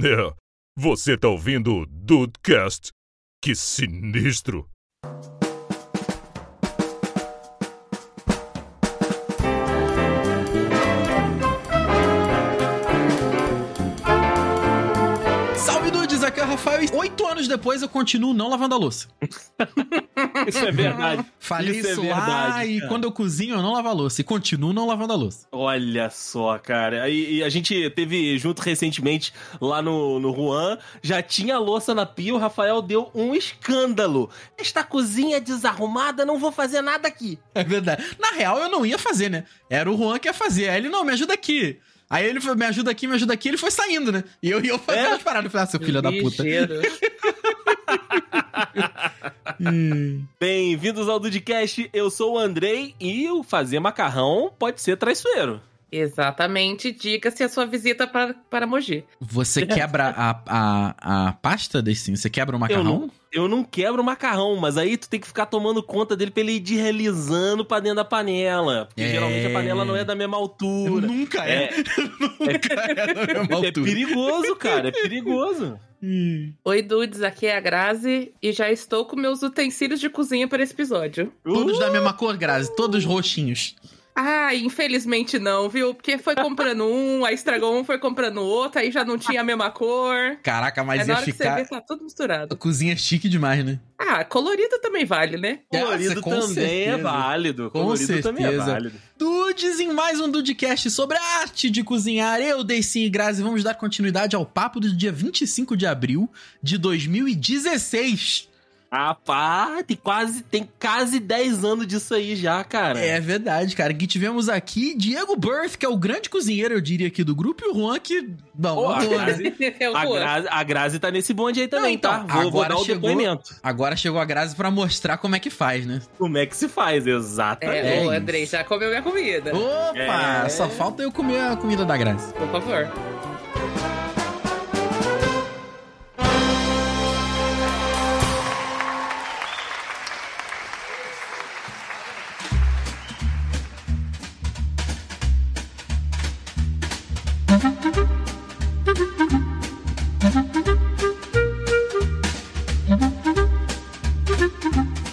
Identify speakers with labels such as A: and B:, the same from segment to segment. A: É, você tá ouvindo o Dudecast? Que sinistro!
B: Salve dudes, aqui é o Rafael e oito anos depois eu continuo não lavando a louça.
C: Isso é verdade.
B: Falei isso,
C: Isso é
B: lá
C: verdade,
B: e
C: cara.
B: quando eu cozinho eu não lavo a louça e continuo não lavando a louça.
C: Olha só, cara. E, e a gente teve junto recentemente lá no, no Juan. Já tinha louça na pia, o Rafael deu um escândalo. Esta cozinha é desarrumada, não vou fazer nada aqui.
B: É verdade. Na real eu não ia fazer, né? Era o Juan que ia fazer. Aí ele, não, me ajuda aqui. Aí ele foi, me ajuda aqui, me ajuda aqui, ele foi saindo, né? E eu, e eu fazendo
C: É?
B: as paradas. Eu falei, ah, seu filho da puta.
D: Ligeiro.
B: Hum.
C: Bem-vindos ao Dudcast, eu sou o Andrei e o fazer macarrão pode ser traiçoeiro.
D: Exatamente. Diga-se a sua visita para, para Mogi.
B: Você quebra a, a, a pasta desse Você quebra o
C: Eu
B: macarrão?
C: não, eu não quebro o macarrão, mas aí tu tem que ficar tomando conta dele pra ele ir deslizando pra dentro da panela. Porque
B: É.
C: geralmente a panela não é da mesma
B: Eu
C: altura.
B: Nunca é. Nunca é da mesma
C: É
B: altura.
C: perigoso, cara, é perigoso.
B: Hum.
D: Oi, dudes. Aqui é a Grazi e já estou com meus utensílios de cozinha para esse episódio.
B: Todos da mesma cor, Grazi. Todos roxinhos.
D: Ah, infelizmente não, viu? Porque foi comprando um, aí estragou um, foi comprando outro, aí já não tinha a mesma cor.
B: Caraca,
D: Aí
B: mas
D: na
B: ia
D: hora que você
B: ficar.
D: vê, tá tudo misturado.
B: A cozinha é chique demais, né?
D: Ah, colorido também vale, né?
B: Nossa,
C: Colorido
B: com
C: também é
B: certeza.
C: válido.
B: Com
C: Colorido também é
B: certeza.
C: válido.
B: Dudes em mais um Dudecast sobre a arte de cozinhar. Eu, Deicin e Grazi, vamos dar continuidade ao papo do dia 25 de abril de 2016.
C: Ah, pá, tem quase, tem quase 10 anos disso aí já, cara.
B: É verdade, cara. Que tivemos aqui Diego Berth, que é o grande cozinheiro, eu diria, aqui do grupo, e o Juan, que. Não,
C: Pô,
B: não
C: a,
B: tô, né?
C: Grazi,
D: É o
C: a,
D: cor.
C: Grazi, a Grazi tá nesse bonde aí também,
B: Não, então,
C: tá? Vou, vou
B: agora
C: dar o
B: chegou-
C: depoimento.
B: Agora chegou a Grazi pra mostrar como é que faz, né?
C: Como é que se faz, exatamente.
D: É,
B: isso.
D: o Andrei já comeu minha comida.
B: Opa!
C: É.
B: Só falta eu comer a comida da Grazi.
D: Por favor.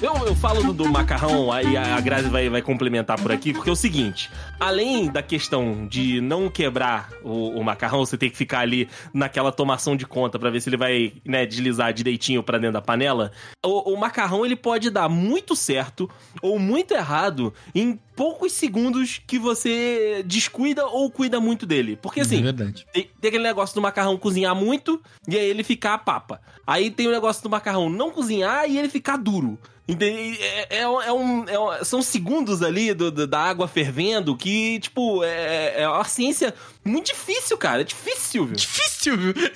C: Eu, eu falo do, do macarrão, aí a a Grazi vai, vai complementar por aqui, porque é o seguinte: além da questão de não quebrar o, o macarrão, você tem que ficar ali naquela tomação de conta pra ver se ele vai né, deslizar direitinho pra dentro da panela. O, o macarrão ele pode dar muito certo ou muito errado em poucos segundos que você descuida ou cuida muito dele. Porque
B: é
C: assim,
B: verdade.
C: tem, tem aquele negócio do macarrão cozinhar muito e aí ele ficar a papa. Aí tem o negócio do macarrão não cozinhar e ele ficar duro. Entende? É, é um- é um- é um- são segundos ali do- do- da água fervendo que, tipo, é, é uma ciência muito difícil, cara. É difícil, viu?
B: Difícil, viu?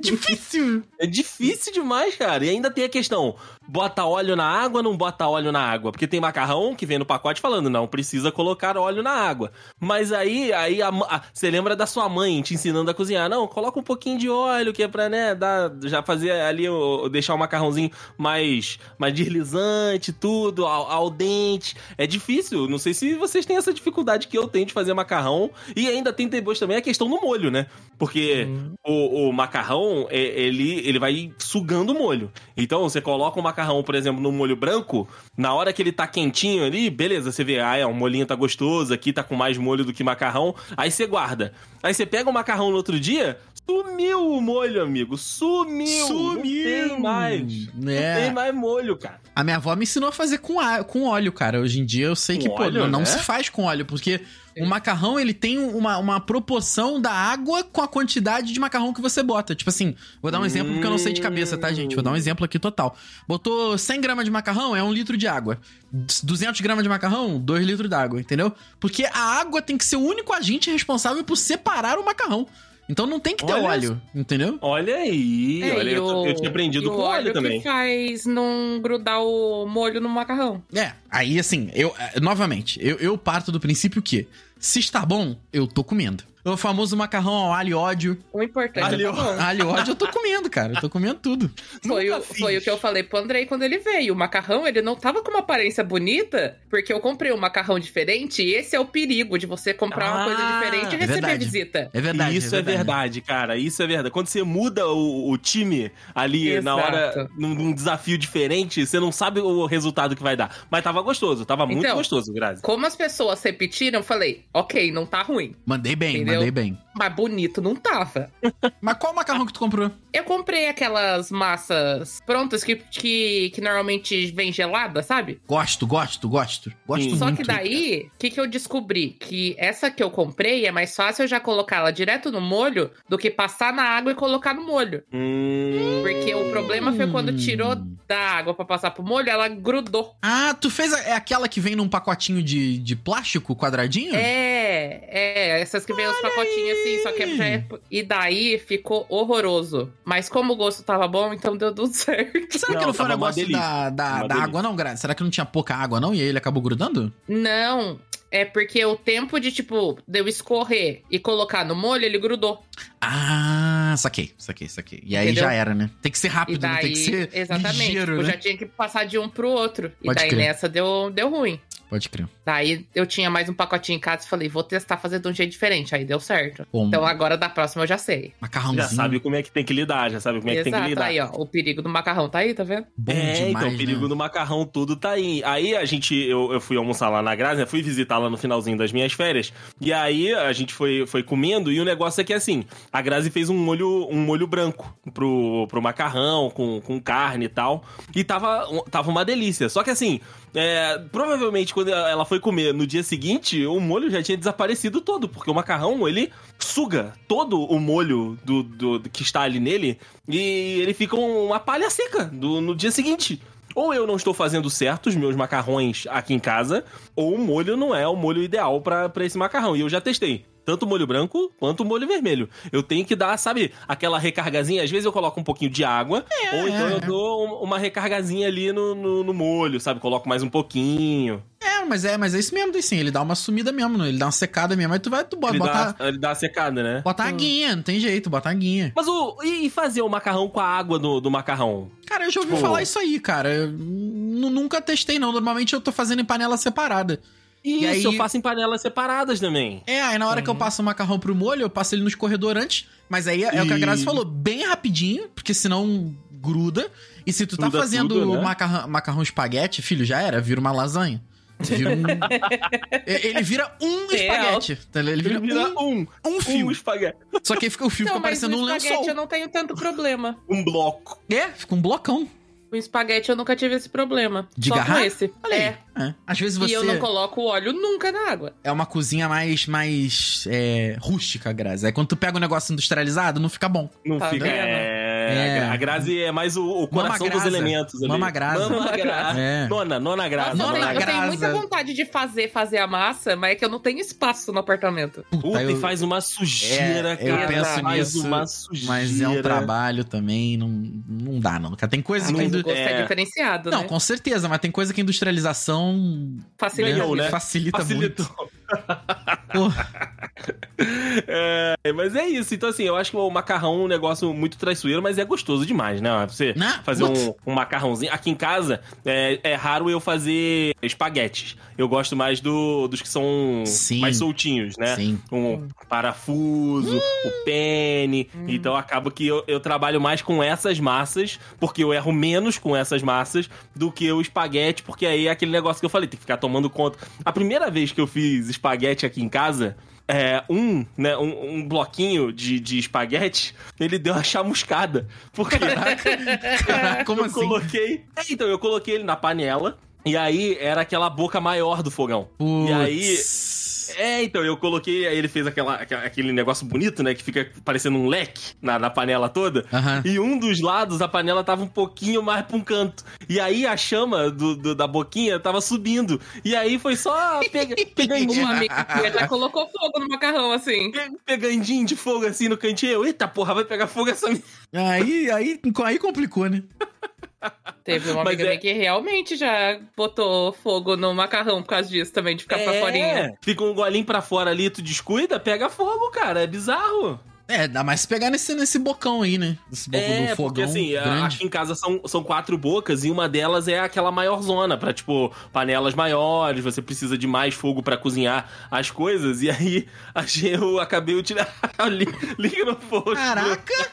B: Difícil.
C: É difícil demais, cara. E ainda tem a questão: bota óleo na água, não bota óleo na água. Porque tem macarrão que vem no pacote falando, não precisa colocar óleo na água. Mas aí, aí a ma- a- você lembra da sua mãe te ensinando a cozinhar? Não, coloca um pouquinho de óleo, que é pra, né, dar, já fazer ali, o, deixar o macarrãozinho mais, mais deslizante, tudo, ao, ao dente. É difícil. Não sei se vocês têm essa dificuldade que eu tenho de fazer macarrão. E ainda tem depois também a questão do molho, né? Porque o, o macarrão, é, ele, ele vai sugando o molho. Então, você coloca o macarrão, por exemplo, no molho branco, na hora que ele tá quentinho ali, beleza, você vê, ah, é, o molhinho tá gostoso, aqui tá com mais molho do que macarrão, aí você guarda. Aí você pega o macarrão no outro dia, sumiu o molho, amigo, sumiu! Não tem mais! Não
B: É.
C: tem mais molho, cara.
B: A minha avó me ensinou a fazer com, a- com óleo, cara. Hoje em dia eu sei
C: Com
B: que, pô,
C: óleo,
B: não, não
C: né?
B: se faz com óleo, porque o macarrão, ele tem uma, uma proporção da água com a quantidade de macarrão que você bota. Tipo assim, vou dar um exemplo porque eu não sei de cabeça, tá, gente? Vou
C: Hum.
B: dar um exemplo aqui total. Botou 100 gramas de macarrão, é 1 litro de água. 200 gramas de macarrão, 2 litros d'água, entendeu? Porque a água tem que ser o único agente responsável por separar o macarrão. Então não tem que ter
C: Olha
B: óleo, entendeu?
C: Olha aí,
D: É,
C: olha,
D: e
C: eu,
D: o-
C: eu tinha aprendido
D: e
C: com
D: o
C: óleo, também.
D: que faz não grudar o molho no macarrão.
B: É, aí assim, eu, eh, novamente, eu, eu parto do princípio que se está bom, eu tô comendo. O famoso macarrão ao alho e ódio.
D: O importante
C: Ali,
D: é tá bom.
B: Alho e ódio eu tô comendo, cara. Eu tô comendo tudo.
D: Foi
C: Nunca
D: o,
C: fiz.
D: foi o que eu falei pro Andrei quando ele veio. O macarrão, ele não tava com uma aparência bonita, porque eu comprei um macarrão diferente, e esse é o perigo de você comprar uma coisa
C: Ah,
D: diferente
B: é
D: e receber
B: verdade.
D: visita.
B: É verdade.
C: Isso é verdade. cara. Isso é verdade. Quando você muda o, o time ali na
D: Exato.
C: hora, num, num desafio diferente, você não sabe o resultado que vai dar. Mas tava gostoso, tava muito
D: Então.
C: gostoso, Grazi.
D: Como as pessoas repetiram, eu falei, ok, não tá ruim.
B: Mandei bem,
D: Entendeu?
B: mandei bem.
D: Mas bonito não tava.
B: Mas qual macarrão que tu comprou?
D: Eu comprei aquelas massas prontas que, que, que normalmente vem gelada, sabe?
B: Gosto, gosto, gosto. Gosto
C: Sim.
B: muito.
D: Só que daí, o que, que eu descobri? Que essa que eu comprei é mais fácil eu já colocar ela direto no molho do que passar na água e colocar no molho.
C: Hum.
D: Porque o problema foi quando tirou
B: Hum.
D: da água pra passar pro molho, ela grudou.
B: Ah, tu fez a- é aquela que vem num pacotinho de, de plástico quadradinho?
D: É, é, essas que vem os pacotinhos assim, só que já é... E daí ficou horroroso. Mas como o gosto tava bom, então deu tudo certo.
B: Será que
C: Não,
B: não foi um
C: tava uma
B: negócio da, da,
C: Uma
B: da
C: delícia.
B: água, não, Grazi? Será que não tinha pouca água, não? E aí ele acabou grudando?
D: Não, é porque o tempo de, tipo, de eu escorrer e colocar no molho, ele grudou.
B: Ah, saquei, saquei, saquei. E aí
D: Entendeu?
B: já era, né? Tem que ser
D: E
B: rápido, né?
D: daí,
B: tem que ser
D: exatamente, tipo,
B: ligeiro,
D: eu
B: né?
D: já tinha que passar de um pro outro. E
B: Pode
D: daí
B: crer.
D: nessa deu, deu ruim.
B: Pode crer.
D: Daí eu tinha mais um pacotinho em casa e falei, vou testar fazer de um jeito diferente. Aí deu certo.
B: Bom,
D: Então agora da próxima eu já sei.
B: macarrãozinho
C: Já sabe como é que tem que lidar, já sabe como é que tem que
D: Exato,
C: lidar.
D: aí ó, o perigo do macarrão tá aí, tá vendo?
B: bom
C: é,
B: demais,
C: então, o perigo
B: né?
C: do macarrão tudo tá aí. Aí a gente, eu, eu fui almoçar lá na Grazi, né? Fui visitar lá no finalzinho das minhas férias. E aí a gente foi, foi comendo e o negócio é que assim, a Grazi fez um molho, um molho branco pro, pro macarrão, com, com carne e tal. E tava, um- tava uma delícia. Só que assim, é, provavelmente quando ela foi comer no dia seguinte, o molho já tinha desaparecido todo, porque o macarrão, ele suga todo o molho do, do- do que está ali nele e ele fica um- uma palha seca do- no dia seguinte. Ou eu não estou fazendo certo os meus macarrões aqui em casa, ou o molho não é o molho ideal para esse macarrão. E eu já testei. Tanto o molho branco quanto o molho vermelho. Eu tenho que dar, sabe, aquela recargazinha. Às vezes eu coloco um pouquinho de água,
B: É.
C: ou então eu dou um- uma recargazinha ali no, no- no molho, sabe? Coloco mais um pouquinho.
B: É, mas é, mas é isso mesmo, daí sim. Ele dá uma sumida mesmo, né? ele dá uma secada mesmo. Aí tu vai, tu bota,
C: Ele,
B: bota,
C: dá, ele dá a secada, né?
B: bota a aguinha, não tem jeito, bota a aguinha.
C: Mas o, e fazer o macarrão com a água do, do macarrão?
B: Cara, eu já ouvi
C: Tipo-
B: falar isso aí, cara. Eu nu- nunca testei, não. Normalmente eu tô fazendo em panela separada.
C: Isso,
B: aí-
C: eu faço em panelas separadas também.
B: É, aí na hora
C: Uhum.
B: que eu passo o macarrão pro molho, eu passo ele no escorredor antes. Mas aí é, é o que a
C: E-
B: Grazi falou, bem rapidinho, porque senão gruda. E se tu tá
C: Gruda
B: fazendo
C: tudo, né?
B: macarrão, macarrão espaguete, filho, já era, vira uma lasanha. Vira um... É, ele vira um
D: Real.
B: espaguete. tá ligado? Ele vira, um,
C: um,
B: um
C: fio
B: fio.
C: espaguete.
B: Só que aí fica, o fio
D: Então,
B: fica parecendo
D: o
B: um lençol.
D: espaguete eu não tenho tanto problema.
C: Um bloco.
B: É, fica um blocão.
D: O espaguete eu nunca tive esse problema.
B: De
D: Só com
B: garrafa?
D: esse.
B: Olha
D: é.
B: aí. É. Às vezes
D: E
B: você...
D: eu não coloco óleo nunca na água.
B: É uma cozinha mais, mais é, rústica, Grazi. Aí quando tu pega um negócio industrializado, não fica bom.
C: Não
D: Tá
C: fica.
D: vendo?
C: É,
B: É.
C: A Grazi é mais o, o coração dos
B: grasa.
C: elementos ali.
B: Mama grasa.
C: Mama
D: Ah.
C: grasa.
B: É.
C: Nona, nona grasa.
D: Nossa, eu,
B: não,
D: tenho,
C: nona
B: na
D: eu
C: grasa.
D: tenho
B: graça.
D: muita vontade de fazer, fazer a massa, mas é que eu não tenho espaço no apartamento.
C: Puta,
B: eu-
C: e faz uma sujeira,
B: É, eu
C: cara.
D: penso
C: faz
B: nisso,
C: uma sujeira.
B: Mas é um trabalho também, não, não dá, não. Cara, Tem coisa
D: Ah,
B: que.
D: mas
B: indu-
D: o gosto é,
C: É.
D: diferenciado,
B: Não,
D: né?
B: com certeza, mas tem coisa que a industrialização
D: Facilita.
C: Ganhou,
D: a vida.
C: né?
B: facilita
C: Facilitou.
B: muito.
C: É, mas é isso. Então, assim, eu acho que o macarrão é um negócio muito traiçoeiro, mas é gostoso demais, né? Você
B: Né?
C: fazer um, um macarrãozinho. Aqui em casa, é, é raro eu fazer espaguetes. Eu gosto mais do- dos que são
B: Sim.
C: mais soltinhos, né?
B: Sim.
C: Um parafuso, o pene. Então acaba que eu, eu trabalho mais com essas massas, porque eu erro menos com essas massas do que o espaguete, porque aí é aquele negócio que eu falei, tem que ficar tomando conta. A primeira vez que eu fiz espaguete aqui em casa, é, um, né, um, um bloquinho de, de espaguete, ele deu uma chamuscada. Porque
B: Caraca, como
C: eu
B: assim?
C: coloquei. É, então, eu coloquei ele na panela. E aí era aquela boca maior do fogão. E aí
B: Putz.
C: é, então, eu coloquei, aí ele fez aquela, aqua- aquele negócio bonito, né? Que fica parecendo um leque na, na panela toda.
B: Aham.
C: E um dos lados, a panela tava um pouquinho mais pra um canto. E aí a chama do, do- da boquinha tava subindo. E aí foi só pega, pegandinho,
D: Uma amiga minha já colocou fogo no macarrão, assim.
C: pe- pegandinho de fogo assim no cantinho. Eu, Eita porra, vai pegar fogo essa merda.
B: Aí, aí, aí complicou, né?
D: Teve uma
C: Mas
D: amiga
C: é-
D: minha que realmente já botou fogo no macarrão por causa disso também, de ficar
B: É.
D: pra forinha.
C: É. Fica um golinho pra fora ali, tu descuida, pega fogo, cara. É bizarro.
B: É, dá mais se pegar nesse, nesse bocão aí, né? Nesse bo
C: É,
B: no fogão
C: porque assim, a-
B: grande.
C: aqui em casa são, são quatro bocas e uma delas é aquela maior zona, pra tipo, panelas maiores, você precisa de mais fogo pra cozinhar as coisas. E aí, a gente- eu acabei de tirar o li- link no post.
B: Caraca!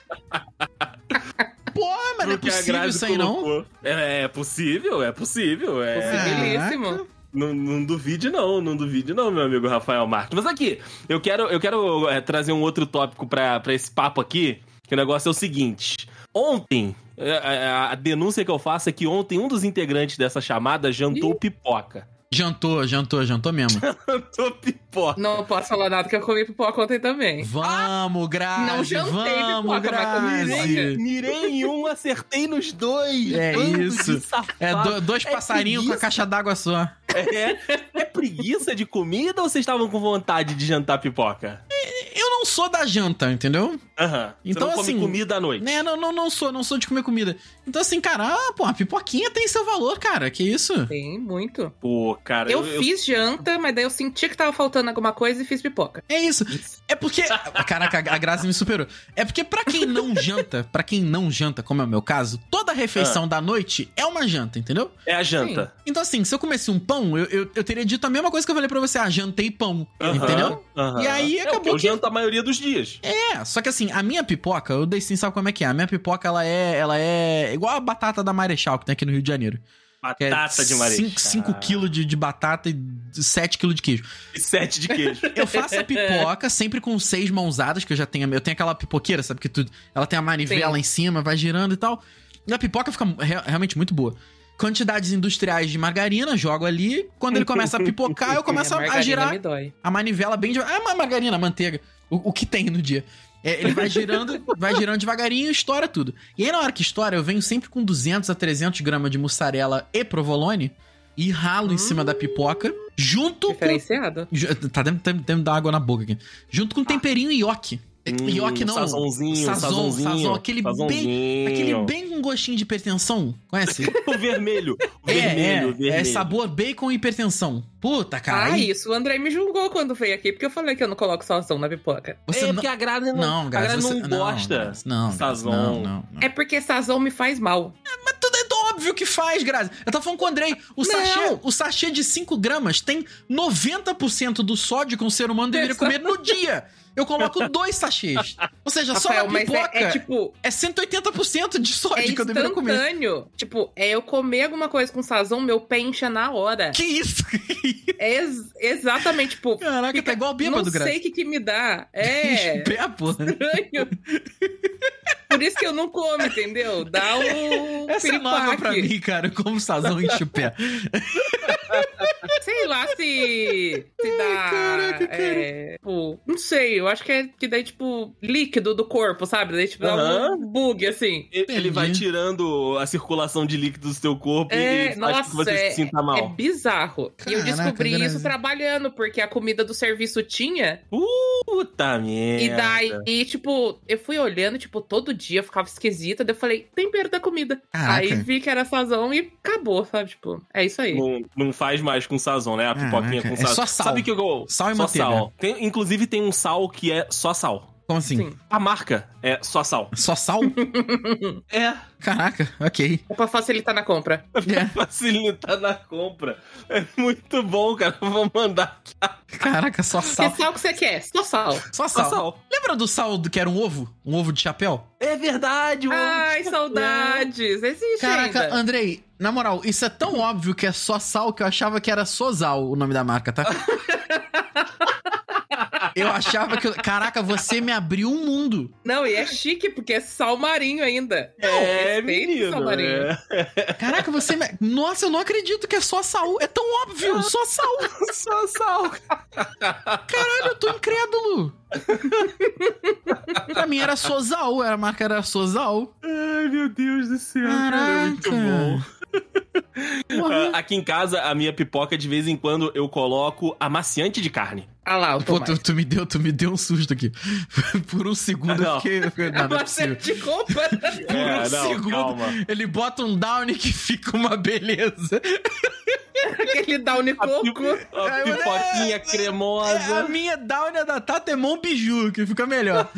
B: Porra, mas não é
C: Porque a
B: possível
C: Grazi
B: isso aí, não?
C: colocou. É, é possível, é possível. É,
B: Possível.
D: Possibilíssimo.
C: Não, não duvide não, não duvide não, meu amigo Rafael Marques. Mas aqui, eu quero, eu quero é, trazer um outro tópico pra pra esse papo aqui, que o negócio é o seguinte. Ontem, é, é, a, denúncia que eu faço é que ontem um dos integrantes dessa chamada jantou pipoca.
B: Jantou, jantou, jantou mesmo.
C: Jantou pipoca.
D: Não posso falar nada que eu comi pipoca ontem também.
B: Vamos, Grazi!
D: Não jantei
B: vamos,
D: pipoca, mas
B: Grazi!
C: Mirei em um, acertei nos dois.
B: É
C: Bando
B: isso.
C: de safado.
B: É, do- dois
C: É
B: passarinhos com a
C: preguiça.
B: caixa d'água só.
C: É, é preguiça de comida ou vocês estavam com vontade de jantar pipoca?
B: Eu não sou da janta, entendeu?
C: Aham. Você
B: Então,
C: não come
B: assim,
C: comida à noite.
B: Né, não, não, não sou, não sou de comer comida. Então, assim, cara, ah, pô, a pipoquinha tem seu valor, cara. Que isso?
D: Tem muito.
C: Pô, cara,
D: Eu, fiz janta, mas daí eu senti que tava faltando alguma coisa e fiz pipoca.
B: É isso. É porque. Caraca, a Grazi me superou. É porque, pra quem não janta, pra quem não janta, como é o meu caso, toda
C: Ah.
B: refeição da noite é uma janta, entendeu?
C: É a janta.
B: Então, assim, se eu comesse um pão, eu, eu, eu teria dito a mesma coisa que eu falei pra você: ah, jantei pão.
C: Aham,
B: Entendeu?
C: aham.
B: E aí
C: É,
B: acabou
C: porque Eu
B: que-
C: janto a maioria dos dias.
B: É, só que assim, a minha pipoca, o Daysin sabe como é que é. A minha pipoca, ela é, ela é igual a batata da Marechal que tem aqui no Rio de Janeiro. Que é
C: Batata de marechal.
B: 5 kg de, de batata e 7 kg de queijo.
C: E sete de queijo.
B: Eu faço a pipoca sempre com seis mãozadas, que eu já tenho. Eu tenho aquela pipoqueira, sabe? Que tu, ela tem a manivela
D: Sim.
B: em cima, vai girando e tal. E a pipoca fica re- realmente muito boa. Quantidades industriais de margarina, jogo ali. Quando ele começa a pipocar, Ah, eu começo
D: Minha
B: a- a,
D: margarina
B: girar
D: me dói.
B: a manivela bem devagar. Ah, ma- margarina, manteiga. O, o que tem no dia. É, ele vai girando, vai girando devagarinho e estoura tudo. E aí, na hora que estoura, eu venho sempre com 200 a 300 gramas de mussarela e provolone e ralo em cima
C: Hum.
B: da pipoca, junto com
D: Diferenciado.
B: Ju- Tá dentro, dentro, dentro da água na boca aqui. Junto com temperinho e ioki. ioki não.
C: Tá. Hum, Sazonzinho,
B: Sazon,
C: sazonzinho.
B: sazon, aquele bem-
C: sazonzinho.
B: Aquele bem com gostinho de hipertensão. Conhece?
C: O vermelho. O
B: É,
C: vermelho,
B: é,
C: o vermelho.
B: é sabor bacon e hipertensão. Puta, cara.
D: ah,
B: aí
D: isso. O André me julgou quando veio aqui, porque eu falei que eu não coloco salsão na pipoca.
B: Você
C: é
B: não...
C: porque a Grazi não,
B: Não,
C: a
B: Grazi,
C: Grazi
B: você-
C: não gosta.
B: Grazi, Não, Grazi,
C: Sazon.
B: não, não, não.
D: É porque sazão me faz mal.
B: Mas tudo é óbvio que faz, Grazi. Eu tava falando com o Andrei. O sachê, o sachê de 5 gramas tem 90% do sódio que um ser humano deveria comer no dia. Eu coloco dois sachês. Ou seja,
D: Rafael,
B: só na
D: mas
B: pipoca...
D: é, é tipo,
B: É 180% de
D: é
B: sódio que eu deveria comer.
D: instantâneo. Tipo, é eu comer alguma coisa com sazão, meu pé incha na hora.
B: Que isso?
D: É ex- exatamente, tipo,
B: Caraca,
D: Fica-
B: tá igual
D: não
B: bêbado, Grazi.
D: sei o que que me dá. É...
B: Pé, porra.
D: estranho. Por isso que eu não como, entendeu? Dá um
B: Essa é nova pra
D: piripaque.
B: mim, cara. Eu Como sazão enche o pé.
D: Sei lá se. Se dá.
B: caraca, cara.
D: é, tipo, não sei, eu acho que é que daí, tipo, líquido do corpo, sabe? Daí, tipo, dá
C: Aham.
D: um bug, assim.
C: Ele
B: Entendi.
C: vai tirando a circulação de líquidos do seu corpo
D: É,
C: e faz com que
D: nossa,
C: você se sinta
D: É
C: mal.
D: bizarro. e eu
B: Caraca,
D: descobri
B: Grazi.
D: isso trabalhando, porque a comida do serviço tinha.
C: Puta merda.
D: E daí, e, tipo, eu fui olhando, tipo, todo dia eu ficava esquisita. Daí eu falei, tempero da comida. Aí
B: Caraca.
D: vi que era sazão e acabou, sabe? Tipo, é isso aí.
C: Não, não faz mais com sazon, né? A
B: Caraca,
C: pipoquinha com
B: é
C: sazon.
B: só sal.
C: Sabe que eu...
B: Sal e
C: só
B: manteiga.
C: sal. Tem- inclusive tem um sal que é só sal.
B: Como assim?
D: Sim.
C: A marca é só sal.
B: Só sal?
C: É,
B: Caraca, ok. É.
D: É pra facilitar na compra.
C: pra facilitar tá na compra. É muito bom, cara. Eu Vou mandar
B: Caraca, só sal.
D: Que sal que você quer? Só sal.
B: Só
C: só
B: sal.
C: sal.
B: Lembra do sal do que era um ovo? Um ovo de chapéu?
C: É verdade, o
D: Ai, saudades. Existe
B: Caraca,
D: ainda.
B: Andrei, na moral, isso é tão óbvio que é só sal que eu achava que era Sozal o nome da marca, tá? Eu achava que. eu- Caraca, você me abriu um mundo.
D: Não, e é chique porque é sal marinho ainda.
C: É,
D: Não, respeita o sal
C: menino.
D: marinho.
C: É.
B: Caraca, você. me- Nossa, eu não acredito que é só Saul. É tão óbvio, só Saul.
C: Só sal.
B: Caralho, eu tô incrédulo. pra mim era Sozal, a marca era Sozal.
C: Ai, meu Deus do céu. Cara, é muito
B: Caraca.
C: bom.
B: Porra.
C: Ah, Aqui em casa, a minha pipoca, de vez em quando, eu coloco amaciante de carne.
D: Ah lá, o
B: Pô,
D: tomate.
B: tu, tu me deu, tu me deu um susto aqui. Por um segundo
C: Não.
B: eu fiquei. eu fiquei, Não, não é
D: Você
B: possível.
D: te compra.
B: Por
C: É,
B: um segundo, ele bota um down que fica uma beleza.
D: Aquele Downy
C: A, pi-
D: coco.
C: a pipoquinha cremosa.
B: É, a minha down é da Tata é Mon Biju, que fica melhor.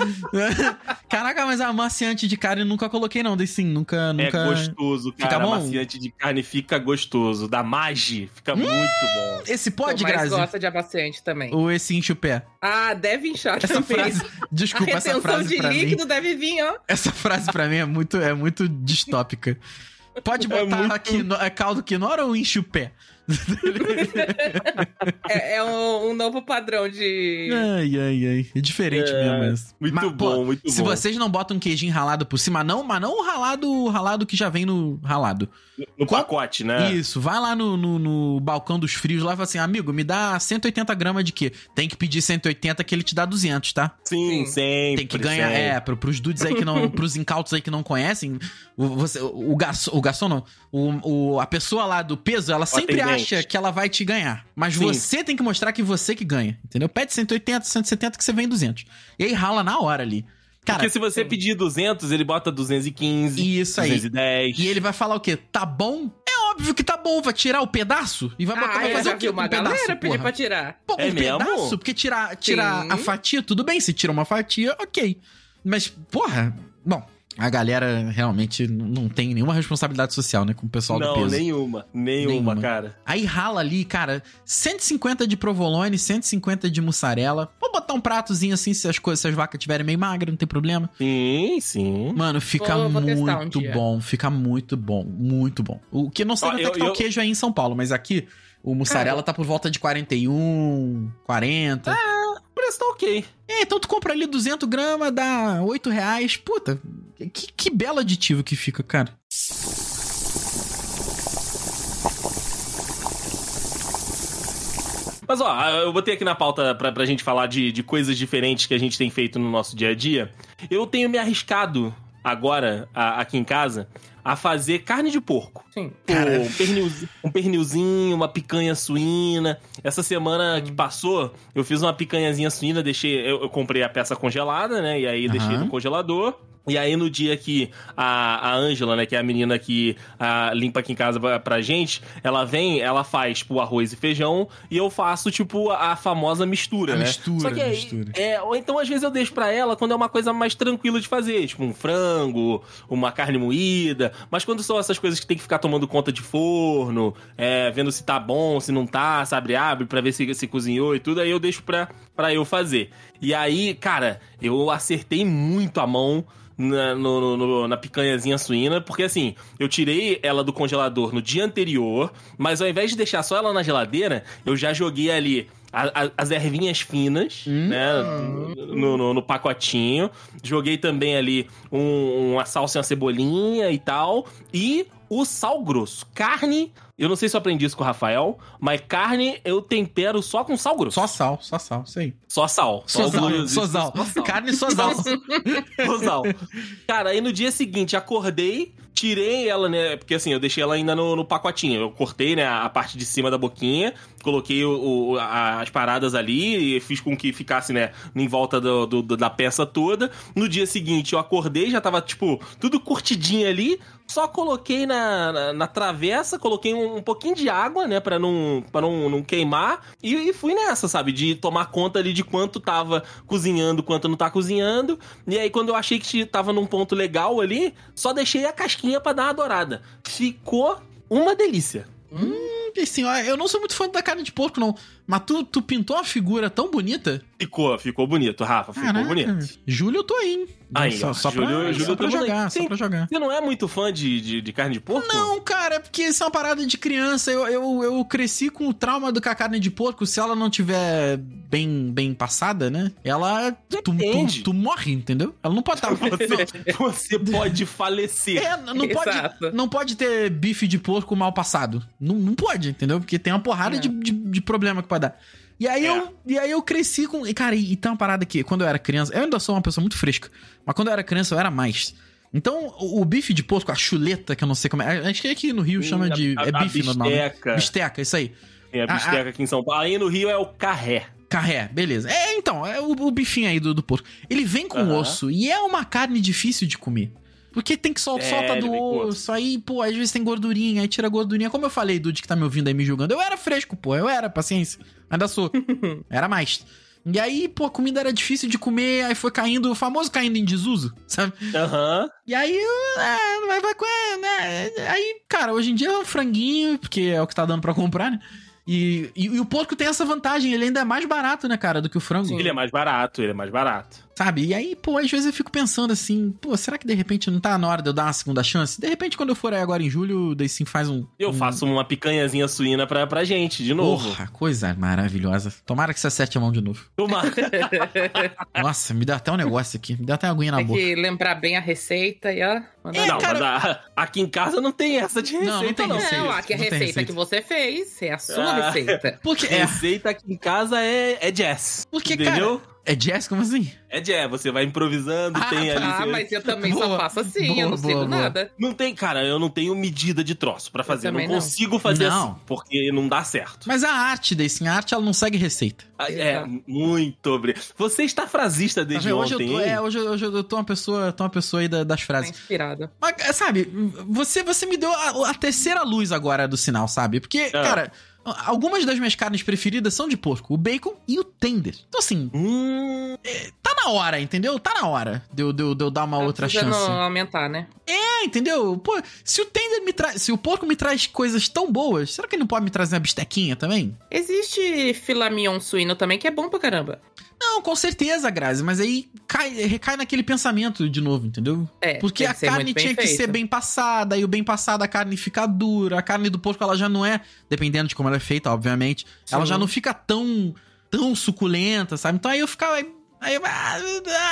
B: Caraca, mas a maciante de carne eu nunca coloquei, não. Dei sim, nunca.
C: É
B: nunca...
C: gostoso,
B: Fica
C: cara.
B: bom?
C: Maciante de carne fica gostoso. Da Magi
B: Hum,
C: fica muito bom.
B: Esse
D: Pode,
B: pode,
D: mais
B: Grazi?
D: gosta de amaciante também.
B: Ou esse enche o pé?
D: Ah, deve inchar
B: Essa
D: também.
B: frase. Desculpa,
D: a
B: essa
D: retenção
B: frase
D: de
B: pra mim.
D: líquido deve vir, ó.
B: Essa frase pra mim é muito, é muito distópica. Pode
C: É
B: botar
C: muito-
B: a quino- é caldo quinora ou enche o pé?
D: É, é um, um novo padrão de.
B: Ai, ai, ai. É diferente
C: É,
B: mesmo. Isso.
C: Muito
B: Mas, pô,
C: bom, muito
B: Se
C: bom.
B: vocês não botam um queijinho ralado por cima, não, mas não o ralado, o ralado que já vem no ralado.
C: No
B: Qual-
C: pacote, né?
B: Isso, vai lá no, no- no balcão dos frios lá e fala assim, amigo, me dá 180 gramas de quê? Tem que pedir 180 que ele te dá 200, tá?
C: Sim,
D: Sim.
C: sempre.
B: Tem que ganhar,
C: sempre.
B: é, pro, pros dudes aí que não, pros incautos aí que não conhecem, o, você, o, garçom, o garçom não, o, o- a pessoa lá do peso, ela sempre
C: atendente.
B: acha que ela vai te ganhar, mas
C: Sim.
B: você tem que mostrar que você que ganha, entendeu? Pede 180, 170 que você vem 200. E aí rala na hora ali. Cara,
C: Porque se você pedir 200, ele bota 215,
B: isso aí.
C: 210.
B: E ele vai falar o quê? Tá bom? É óbvio que tá bom, vai tirar o pedaço e vai botar
D: Ah,
B: vai
D: eu
B: fazer
D: já
B: o quê?
D: vi
B: com
D: uma
B: o pedaço,
D: galera pedir
B: porra?
D: pra tirar.
B: Pô, com
C: É
B: um
C: mesmo?
B: pedaço? Porque tirar, tirar
D: Sim.
B: a fatia, tudo bem, se tira uma fatia, ok. Mas, porra, bom, a galera realmente n- não tem nenhuma responsabilidade social, né, com o pessoal do
C: Não,
B: peso.
C: nenhuma, nenhuma.
B: Nenhuma.
C: cara.
B: Aí rala ali, cara, 150 de provolone, 150 de mussarela. Vou botar um pratozinho assim, se as, coisas, se as vacas estiverem meio magras, não tem problema.
C: Sim, sim.
B: Mano, fica
D: Vou- vou testar um
B: muito
D: dia.
B: bom, fica muito bom, muito bom. O que eu não sei
C: Ó,
B: até
C: eu-
B: que tá
C: eu-
B: o queijo aí em São Paulo, mas aqui o mussarela tá por volta de 41, 40.
C: O preço tá ok.
B: É, então tu compra ali 200 gramas, dá 8 reais. Puta, que, que belo aditivo que fica, cara.
C: Mas ó, eu botei aqui na pauta pra, pra gente falar de, de coisas diferentes que a gente tem feito no nosso dia a dia. Eu tenho me arriscado agora, a- aqui em casa, a fazer carne de porco.
D: Sim.
B: Cara.
C: Um, pernilzi- um pernilzinho, uma picanha suína. Essa semana
B: Hum.
C: que passou, eu fiz uma picanhazinha suína, deixei. Eu, eu comprei a peça congelada, né? E aí deixei
B: Aham.
C: no congelador. E aí, no dia que a a Ângela, né, que é a menina que ah, limpa aqui em casa pra, pra gente, ela vem, ela faz, tipo, arroz e feijão, e eu faço, tipo, a famosa mistura,
B: A
C: né?
B: mistura,
C: Só que
B: a
C: aí,
B: mistura.
C: É, ou então às vezes eu deixo pra ela quando é uma coisa mais tranquila de fazer, tipo um frango, uma carne moída, mas quando são essas coisas que tem que ficar tomando conta de forno, é, vendo se tá bom, se não tá, se abre, abre pra ver se, se cozinhou e tudo, aí eu deixo pra, pra eu fazer. E aí, cara, eu acertei muito a mão na, no- no- no- na picanhazinha suína, porque assim, eu tirei ela do congelador no dia anterior, mas ao invés de deixar só ela na geladeira, eu já joguei ali a- a- as ervinhas finas,
B: Hum.
C: né, no, no- no pacotinho. Joguei também ali um- uma salsa e uma cebolinha e tal. E o sal grosso. Carne, eu não sei se eu aprendi isso com o Rafael, mas carne eu tempero só com sal grosso.
B: Só sal, só sal, isso aí.
C: Só sal. Só
B: Sozal,
C: grosso.
B: sozal.
C: Só sal.
B: Carne sozal.
C: Rosal. Cara, aí no dia seguinte, acordei, tirei ela, né? Porque assim, eu deixei ela ainda no, no pacotinho. Eu cortei, né, a parte de cima da boquinha, coloquei o- o- a- as paradas ali e fiz com que ficasse, né, em volta do- do- do- da peça toda. No dia seguinte, eu acordei, já tava, tipo, tudo curtidinho ali. Só coloquei na, na, na travessa, coloquei um, um pouquinho de água, né, pra não, pra não, não queimar. E, e fui nessa, sabe? De tomar conta ali de quanto tava cozinhando, quanto não tá cozinhando. E aí, quando eu achei que tava num ponto legal ali, só deixei a casquinha pra dar uma dourada. Ficou uma delícia.
B: assim, ó, eu não sou muito fã da carne de porco, não. Mas tu, tu pintou uma figura tão bonita.
C: Ficou, ficou bonito, Rafa, ficou
B: Caraca.
C: bonito.
B: Júlio, eu tô aí, hein?
C: Aí,
B: só,
C: ó,
B: só
C: Júlio-
B: pra,
C: Júlio,
B: só pra
C: tamo aí.
B: jogar, só
C: Sim.
B: pra jogar.
C: Você não é muito fã de, de, de carne de porco?
B: Não, cara, é porque isso é uma parada de criança. Eu, eu, eu cresci com o trauma do que a carne de porco, se ela não tiver bem, bem passada, né? Ela. Tu, tu,
C: Depende.
B: tu morre, entendeu? Ela não pode estar.
C: Você, você pode falecer.
B: É, não pode,
D: Exato.
B: não pode ter bife de porco mal passado. Não, não pode, entendeu? Porque tem uma porrada
D: É.
B: de, de, de problema que pode dar. E aí,
C: É.
B: eu, e aí eu cresci com. E, cara, e, e tem uma parada que quando eu era criança. Eu ainda sou uma pessoa muito fresca, mas quando eu era criança eu era mais. Então, o, o bife de porco, a chuleta, que eu não sei como é. Acho que aqui no Rio chama de.
C: A-
B: é
C: a
B: bife normal. né?
C: bisteca.
B: Bisteca, isso aí.
C: É, a
B: A-
C: bisteca aqui em São Paulo. Aí no Rio é o carré.
B: Carré, beleza. É, então, é o, o bifinho aí do, do porco. Ele vem com
C: Aham.
B: osso e é uma carne difícil de comer. Porque tem que sol,
C: É,
B: solta
C: ele
B: do
C: vem com osso.
B: osso, aí, pô, às vezes tem gordurinha, aí tira a gordurinha. Como eu falei, Dude, que tá me ouvindo aí me julgando, eu era fresco, pô, eu era, paciência. Ainda sou. era mais. E aí, pô, a comida era difícil de comer, aí foi caindo, o famoso caindo em desuso, sabe?
C: Aham.
B: E aí, eu, é, vai, vai com. é, né? Aí, cara, hoje em dia é um franguinho, porque é o que tá dando pra comprar, né? E, e, e o porco tem essa vantagem, ele ainda é mais barato, né, cara, do que o frango.
C: Ele é mais barato, ele é mais barato.
B: Sabe? E aí, pô, às vezes eu fico pensando assim, pô, será que de repente não tá na hora de eu dar uma segunda chance? De repente, quando eu for aí agora em julho, o Day sim faz um.
C: Eu
B: um...
C: faço uma picanhazinha suína pra, pra gente, de novo.
B: Porra, coisa maravilhosa. Tomara que você acerte a mão de novo.
C: Toma.
B: Nossa, me dá até um negócio aqui, me dá até uma aguinha na
C: É
D: Tem
B: boca.
D: que lembrar bem a receita e ó. Mandar...
B: É,
C: não,
B: cara-
C: mas a- aqui em casa não tem essa de
B: Não, não
C: receita,
B: tem
C: não.
B: receita.
D: Não, a que a
B: não tem
D: receita,
B: receita.
D: que você fez é a sua
C: Ah.
D: receita.
B: Porque, é,
C: Receita aqui em casa é, é jazz.
B: porque cara,
C: entendeu?
B: é jazz? Como assim?
C: É jazz, você vai improvisando,
B: Ah,
C: tem ali.
D: Ah,
C: você-
D: mas eu também só
B: Boa.
D: faço assim,
B: Boa,
D: eu não
B: boa,
D: sigo
B: boa.
D: nada. tá
C: Não tem, cara, eu não tenho medida de troço pra fazer. Não
D: também não.
C: consigo fazer
B: Não.
C: assim, porque não dá certo.
B: Mas a arte, Dacing, a arte ela não segue receita.
C: Ah, É,
D: Exato.
C: muito obrigado. Você está frasista
B: Tá
C: desde
B: vendo? hoje,
C: ontem,
B: eu tô,
C: hein?
B: é, hoje, eu- hoje eu tô uma pessoa, tô uma pessoa aí da- das
D: Tá
B: frases.
D: inspirada.
B: Mas, é, sabe, você, você me deu a, a terceira luz agora do sinal, sabe? Porque,
C: É.
B: cara, algumas das minhas carnes preferidas são de porco, o bacon e o tender. Então, assim,
C: Hum,
B: tá na hora, entendeu? Tá na hora de eu, de eu- de eu dar uma
D: Tá
B: outra
D: precisando
B: chance.
D: aumentar, né?
B: É, entendeu? Pô, se o tender me traz. Se o porco me traz coisas tão boas, será que ele não pode me trazer uma bistequinha também?
D: Existe filé mignon suíno também, que é bom pra caramba.
B: Não, com certeza, Grazi, mas aí cai, recai naquele pensamento de novo, entendeu?
D: É,
B: Porque
D: tem
B: a
D: que ser
B: carne
D: muito bem
B: tinha que
D: feito.
B: ser bem passada, e o bem passado a carne fica dura, a carne do porco ela já não é, dependendo de como ela é feita, obviamente, ela
D: Sim.
B: já não fica tão tão suculenta, sabe? Então aí eu ficava aí, aí eu- ah,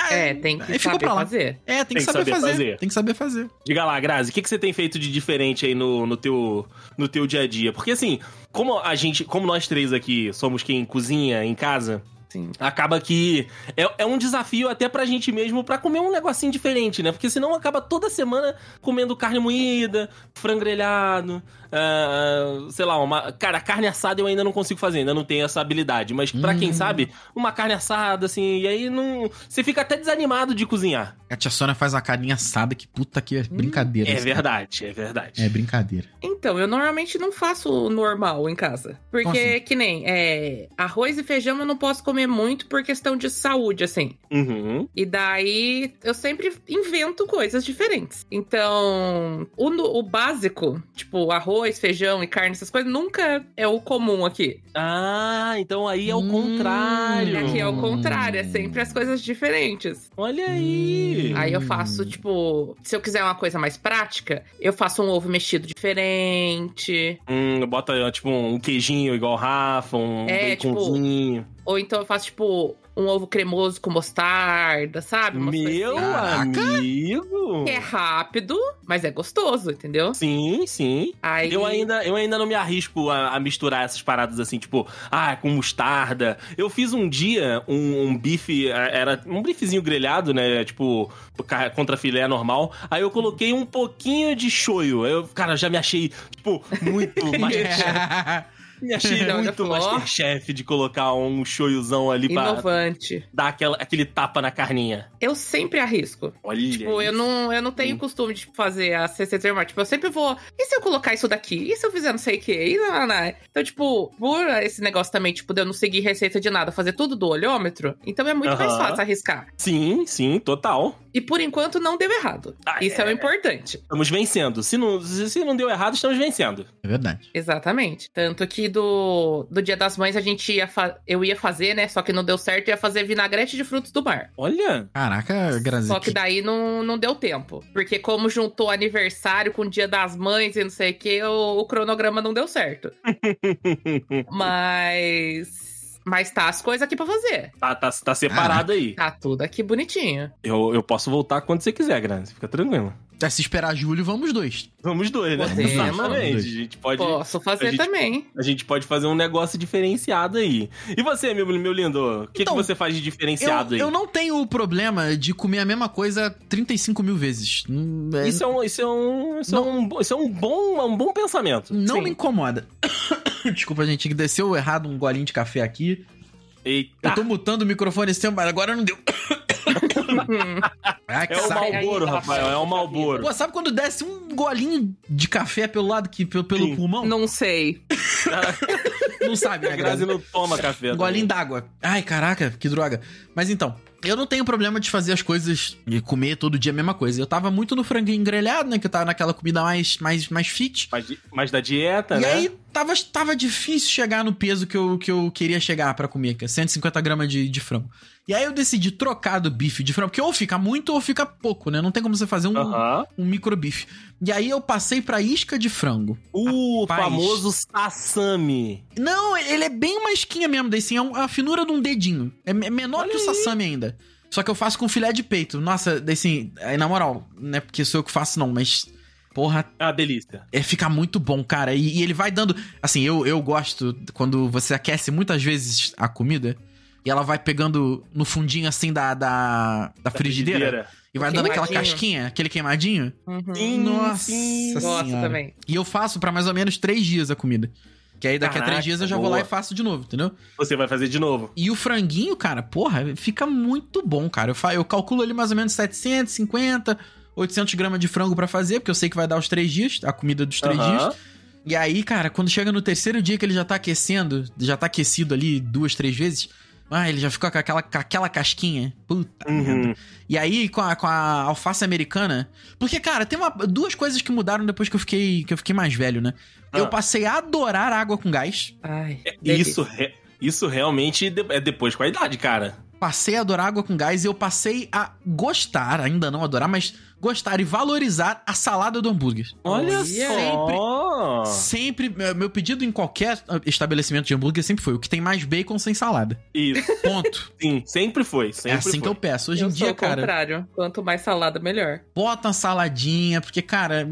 B: ah,
D: É, tem que
B: aí ficou
D: saber
B: pra lá.
D: fazer.
B: É, tem, que, saber, fazer. tem que saber fazer.
C: Diga lá, Grazi, o que, que você tem feito de diferente aí no, no, teu, no teu dia a dia? Porque assim, como a gente, como nós três aqui somos quem cozinha em casa,
D: Sim.
C: acaba que é, é um desafio até pra gente mesmo pra comer um negocinho diferente, né? Porque senão acaba toda semana comendo carne moída, frango grelhado, ah, sei lá, uma. Cara, carne assada eu ainda não consigo fazer, ainda não tenho essa habilidade. Mas pra quem
B: Hum.
C: sabe, uma carne assada, assim, e aí não. Você fica até desanimado de cozinhar.
B: A tia Sônia faz uma carninha assada que puta
D: Hum,
B: que é brincadeira.
C: É
B: isso, cara.
C: verdade, é verdade.
B: É brincadeira.
D: Então, eu normalmente não faço o normal em casa. Porque,
B: Como assim?
D: que nem, é, arroz e feijão eu não posso comer muito por questão de saúde, assim.
B: É.
C: Uhum.
D: E daí eu sempre invento coisas diferentes. Então, o, nu- o básico, tipo arroz, feijão e carne, essas coisas, nunca é o comum aqui.
C: Ah, então aí é o
B: Hum.
C: contrário.
D: Aqui é o
B: Hum.
D: contrário, é sempre as coisas diferentes.
C: Olha aí.
B: Hum.
D: Aí eu faço, tipo, se eu quiser uma coisa mais prática, eu faço um ovo mexido diferente.
C: Hum, bota tipo um queijinho igual Rafa, um
D: É, tipo,
C: baconzinho.
D: Ou então eu faço, tipo, um ovo cremoso com mostarda, sabe? Umas coisas
C: Meu
D: assim.
B: Caraca.
C: amigo.
D: Que é rápido, mas é gostoso, entendeu?
C: Sim, sim.
D: Aí
C: Eu ainda, eu ainda não me arrisco a, a misturar essas paradas assim, tipo, ah, com mostarda. Eu fiz um dia um, um bife, ah, era um bifezinho grelhado, né? Tipo, ca- contra filé normal. Aí eu coloquei um pouquinho de shoyu. Eu, cara, já me achei, tipo, muito
D: É.
C: masterchef.
B: É
C: Me achei
D: Olha
C: muito
D: só.
C: Masterchef de colocar um shoyuzão ali pra
D: inovante.
C: dar aquela, aquele tapa na carninha.
D: Eu sempre arrisco.
C: Olha
D: Tipo, eu
C: isso.
D: não, eu não tenho
C: Hum.
D: costume de fazer a receita normal. Tipo, eu sempre vou. E se eu colocar isso daqui? E se eu fizer não sei o quê? E não, não, não. Então, tipo, por esse negócio também, tipo, de eu não seguir receita de nada, fazer tudo do olhômetro, então é muito mais
C: Aham.
D: fácil arriscar.
C: Sim, sim, total.
D: E por enquanto não deu errado.
C: Ah,
D: isso é, o
C: é.
D: importante.
C: Estamos vencendo. Se não, se se não deu errado, estamos vencendo.
B: É verdade.
D: Exatamente. Tanto que do, do Dia das Mães a gente ia fa- eu ia fazer, né? Só que não deu certo, eu ia fazer vinagrete de frutos do mar.
C: Olha.
B: Caraca, Grazi.
D: Só que daí não, não deu tempo. Porque como juntou aniversário com o dia das mães e não sei o que, o, o cronograma não deu certo. Mas. Mas tá as coisas aqui pra fazer.
C: Tá, tá, tá separado aí.
D: Tá tudo aqui bonitinho.
C: Eu, eu posso voltar quando você quiser, Granzi. Fica tranquilo.
B: É, se esperar julho, vamos dois.
C: Vamos dois, né?
B: é
D: Podemos.
C: Exatamente. A gente pode.
D: Posso fazer
C: gente-
D: também.
C: A gente pode fazer um negócio diferenciado aí. E você, meu, meu lindo? O que,
B: Então,
C: que você faz de diferenciado
B: eu, eu
C: aí?
B: não tenho o problema de comer a mesma coisa 35 mil vezes. Hum, é,
C: Isso é um, isso é um, isso é um, bo- isso é um bom, um bom pensamento.
B: não
D: sim.
B: me incomoda. Desculpa, gente, que desceu errado um golinho de café aqui. Eu
C: Eita.
B: tô mutando o microfone esse tempo, mas agora não deu. Ah, que
C: É o
B: saco.
C: Malboro,
D: Aí,
C: Rafael, é o Malboro.
B: Pô, sabe quando desce um golinho de café pelo lado que pelo, pelo
C: Sim.
B: pulmão? Não,
D: Não sei.
B: sabe,
C: A
B: né, Grazi?
C: Grazi não né? toma café.
B: Um golinho d'água. Ai, caraca, que droga. Mas então, eu não tenho problema de fazer as coisas e comer todo dia a mesma coisa. Eu tava muito no franguinho grelhado, né? Que eu tava naquela comida mais, mais, mais fit.
C: Mas, di- mas da dieta,
B: e
C: né?
B: aí, tava, tava difícil chegar no peso que eu, que eu queria chegar pra comer, que é 150 gramas de, de frango. E aí eu decidi trocar do bife de frango, porque ou fica muito ou fica pouco, né? Não tem como você fazer um,
C: Aham.
B: um micro bife. E aí eu passei pra isca de frango.
C: O
B: Rapaz.
C: famoso sassami.
B: Não, ele é bem uma isquinha mesmo, daí sim, é um- a finura de um dedinho. É me- menor que o sassami ainda. Só que eu faço com filé de peito. Nossa, daí sim, aí na moral, não é porque sou eu que faço não, mas... Porra,
C: Ah, delícia.
B: É, fica muito bom, cara. E, e ele vai dando. Assim, eu, eu gosto quando você aquece muitas vezes a comida e ela vai pegando no fundinho assim da, da, da, frigideira, e vai
D: O
B: dando aquela
D: queimadinho.
B: casquinha, aquele queimadinho.
D: Uhum.
C: Sim,
B: Nossa
C: sim.
D: Gosto
B: senhora.
D: também.
B: E eu faço pra mais ou menos três dias a comida. Que aí daqui a
C: Caraca,
B: três dias eu já vou
C: boa.
B: lá e faço de novo, entendeu?
C: Você vai fazer de novo.
B: E o franguinho, cara, porra, fica muito bom, cara. Eu, fa- eu calculo ali mais ou menos 750, 800 gramas de frango pra fazer, porque eu sei que vai dar os três dias, a comida dos três dias.
C: Aham.
B: E aí, cara, quando chega no terceiro dia que ele já tá aquecendo, já tá aquecido ali duas, três vezes, ah, ele já ficou com aquela, com aquela casquinha. Puta merda.
C: Uhum.
B: E aí, com a, com a alface americana. Porque, cara, tem uma, duas coisas que mudaram depois que eu fiquei, que eu fiquei mais velho, né? Eu
C: Ah.
B: passei a adorar água com gás.
D: Ai,
B: É
D: delícia.
C: Isso, re- isso realmente de- é depois com a idade, cara.
B: Passei a adorar água com gás e eu passei a gostar, ainda não adorar, mas gostar e valorizar a salada do hambúrguer.
C: Olha
D: Olha.
C: só.
B: Sempre, meu meu pedido em qualquer estabelecimento de hambúrguer sempre foi o que tem mais bacon sem salada.
C: Isso,
B: Ponto.
C: sim. Sempre foi. Sempre
B: é assim
C: foi.
B: que eu peço. Hoje
D: eu
B: em
D: sou
B: dia,
D: o
B: cara,
D: contrário. Quanto mais salada, melhor.
B: bota uma saladinha, porque, cara,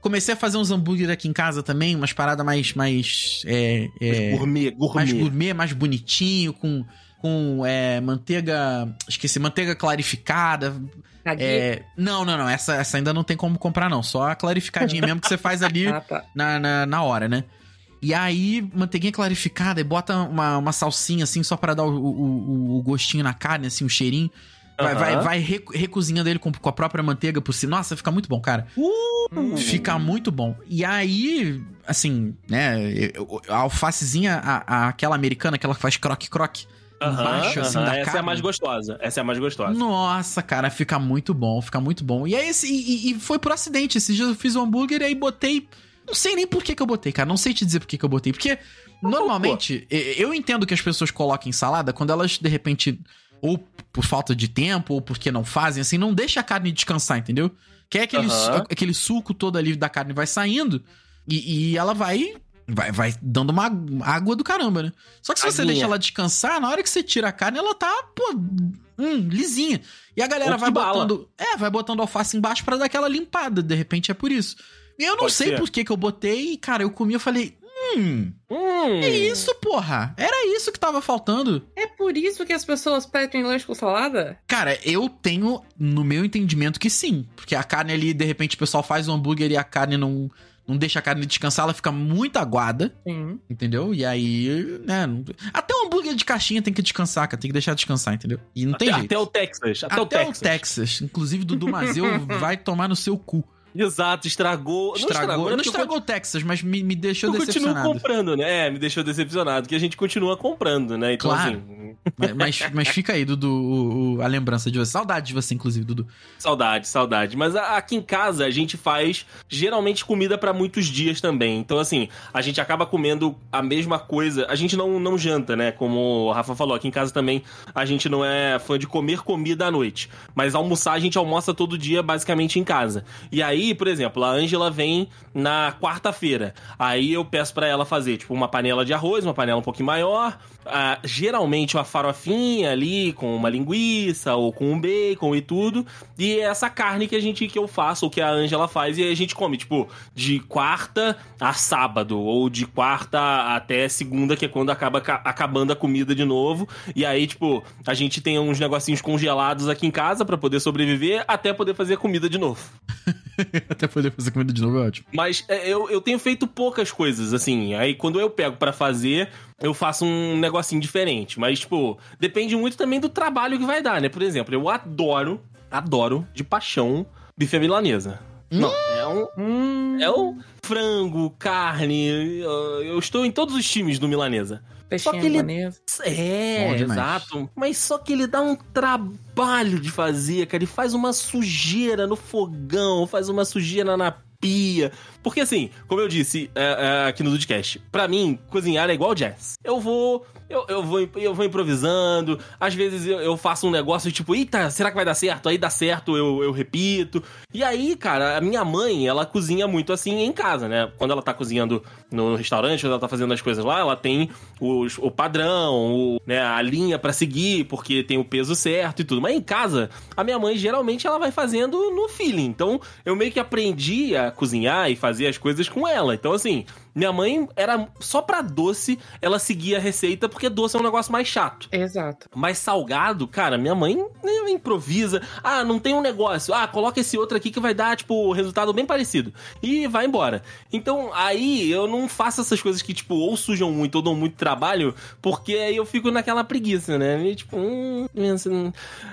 B: comecei a fazer uns hambúrguer aqui em casa também, umas paradas mais. mais. É, é,
C: Gourmet, gourmet.
B: mais gourmet, mais bonitinho, com. Com é, manteiga. Esqueci, manteiga clarificada.
D: Caguei.
B: É, não, não, não. Essa, essa ainda não tem como comprar, não. Só a clarificadinha mesmo que você faz ali
D: Ah, tá.
B: na, na, na hora, né? E aí, manteiguinha clarificada e bota uma, uma salsinha assim, só pra dar o, o, o- o gostinho na carne, assim, o cheirinho. Vai,
C: Aham.
B: vai, vai reco- recozinhando ele com, com a própria manteiga por cima. Nossa, fica muito bom, cara.
D: Hum.
B: Fica muito bom. E aí, assim, né? eu- A alfacezinha, a, a- aquela americana, aquela que faz croque-croque.
C: Aham,
B: embaixo, assim,
C: aham.
B: da
C: Essa é a
B: carne.
C: mais gostosa. Essa é a mais gostosa.
B: Nossa, cara, fica muito bom, fica muito bom. E aí, esse, e, e- e foi por acidente. Esses dias eu fiz um hambúrguer e aí botei. Não sei nem por que, que eu botei, cara. Não sei te dizer por que, que eu botei. Porque, normalmente, e- eu entendo que as pessoas coloquem salada quando elas, de repente, ou por falta de tempo, ou porque não fazem, assim, não deixa a carne descansar, entendeu? Quer aquele,
C: Aham.
B: su- aquele suco todo ali da carne vai saindo e, e ela vai. Vai, vai dando uma água do caramba, né? Só que se você
C: Aguinha.
B: deixa ela descansar, na hora que você tira a carne, ela tá, pô, hum, lisinha. E a galera
C: Ou que
B: vai
C: bala.
B: botando. É, vai botando alface embaixo pra dar aquela limpada. De repente é por isso. E eu não
C: Pode
B: sei
C: ser.
B: por que que eu botei, e, cara, eu comi, eu falei, hum,
C: Hum.
B: é isso, porra. Era isso que tava faltando.
D: É por isso que as pessoas pedem lanche com salada?
B: Cara, eu tenho, no meu entendimento, que sim. Porque a carne ali, de repente, o pessoal faz o hambúrguer e a carne não, não deixa a carne descansar, ela fica muito aguada,
D: Sim.
B: entendeu? E aí, né? não- Até o hambúrguer de caixinha tem que descansar, cara. Tem que deixar descansar, entendeu? E não tem
C: até,
B: jeito.
C: até o Texas. Até, o Texas.
B: Inclusive, Dudu Mazeu vai tomar no seu cu.
C: Exato,
B: Estragou.
C: estragou. não estragou,
B: não
C: né? Porque eu
B: estragou o Texas, mas me, me deixou
C: Eu continuo
B: decepcionado.
C: comprando, né? É, me deixou decepcionado, que a gente continua comprando, né? Então,
B: Claro.
C: assim,
B: Mas, mas, mas fica aí, Dudu, o- o- a lembrança de você. Saudade de você, inclusive, Dudu.
C: saudade, saudade. Mas a- aqui em casa a gente faz geralmente comida pra muitos dias também. Então, assim, a gente acaba comendo a mesma coisa. A gente não, não janta, né? Como o Rafa falou, aqui em casa também a gente não é fã de comer comida à noite. Mas almoçar, a gente almoça todo dia, basicamente, em casa. E aí, por exemplo, a Ângela vem na quarta-feira. Aí eu peço pra ela fazer, tipo, uma panela de arroz, uma panela um pouquinho maior. ah, geralmente uma farofinha ali, com uma linguiça, ou com um bacon e tudo. E é essa carne que a gente, que eu faço, ou que a Ângela faz, e aí a gente come, tipo, de quarta a sábado, ou de quarta até segunda, que é quando acaba ca- acabando a comida de novo. E aí, tipo, a gente tem uns negocinhos congelados aqui em casa pra poder sobreviver, até poder fazer comida de novo.
B: Até poder fazer comida de novo é ótimo.
C: Mas é, eu, eu tenho feito poucas coisas, assim. Aí quando eu pego pra fazer, eu faço um negocinho diferente. Mas, tipo, depende muito também do trabalho que vai dar, né? Por exemplo, eu adoro, adoro de paixão bife à milanesa. Não, é um,
D: Hum,
C: é um frango, carne. Eu, eu estou em todos os times do milanesa.
D: Peixinho
C: que ele-
D: milanesa.
C: É,
B: Bom demais.
C: exato. Mas só que ele dá um trabalho de fazer, cara. Ele faz uma sujeira no fogão, faz uma sujeira na pia. Porque assim, como eu disse é, é, aqui no Dudcast, pra mim, cozinhar é igual jazz. Eu vou. Eu, eu vou, eu vou improvisando, às vezes eu, eu faço um negócio tipo, eita, será que vai dar certo? Aí dá certo, eu, eu repito. E aí, cara, a minha mãe, ela cozinha muito assim em casa, né? Quando ela tá cozinhando no restaurante, quando ela tá fazendo as coisas lá, ela tem os- o padrão, o- né, a linha pra seguir, porque tem o peso certo e tudo. Mas em casa, a minha mãe geralmente ela vai fazendo no feeling. Então, eu meio que aprendi a cozinhar e fazer as coisas com ela. Então, assim, minha mãe era só pra doce, ela seguia a receita, porque doce é um negócio mais chato.
D: Exato.
C: Mas tipo, salgado, cara, minha mãe né, improvisa. Ah, não tem um negócio. Ah, coloca esse outro aqui que vai dar, tipo, resultado bem parecido. E vai embora. Então, aí eu não faço essas coisas que, tipo, ou sujam muito ou dão muito trabalho, porque aí eu fico naquela preguiça, né? E, tipo, hum, assim,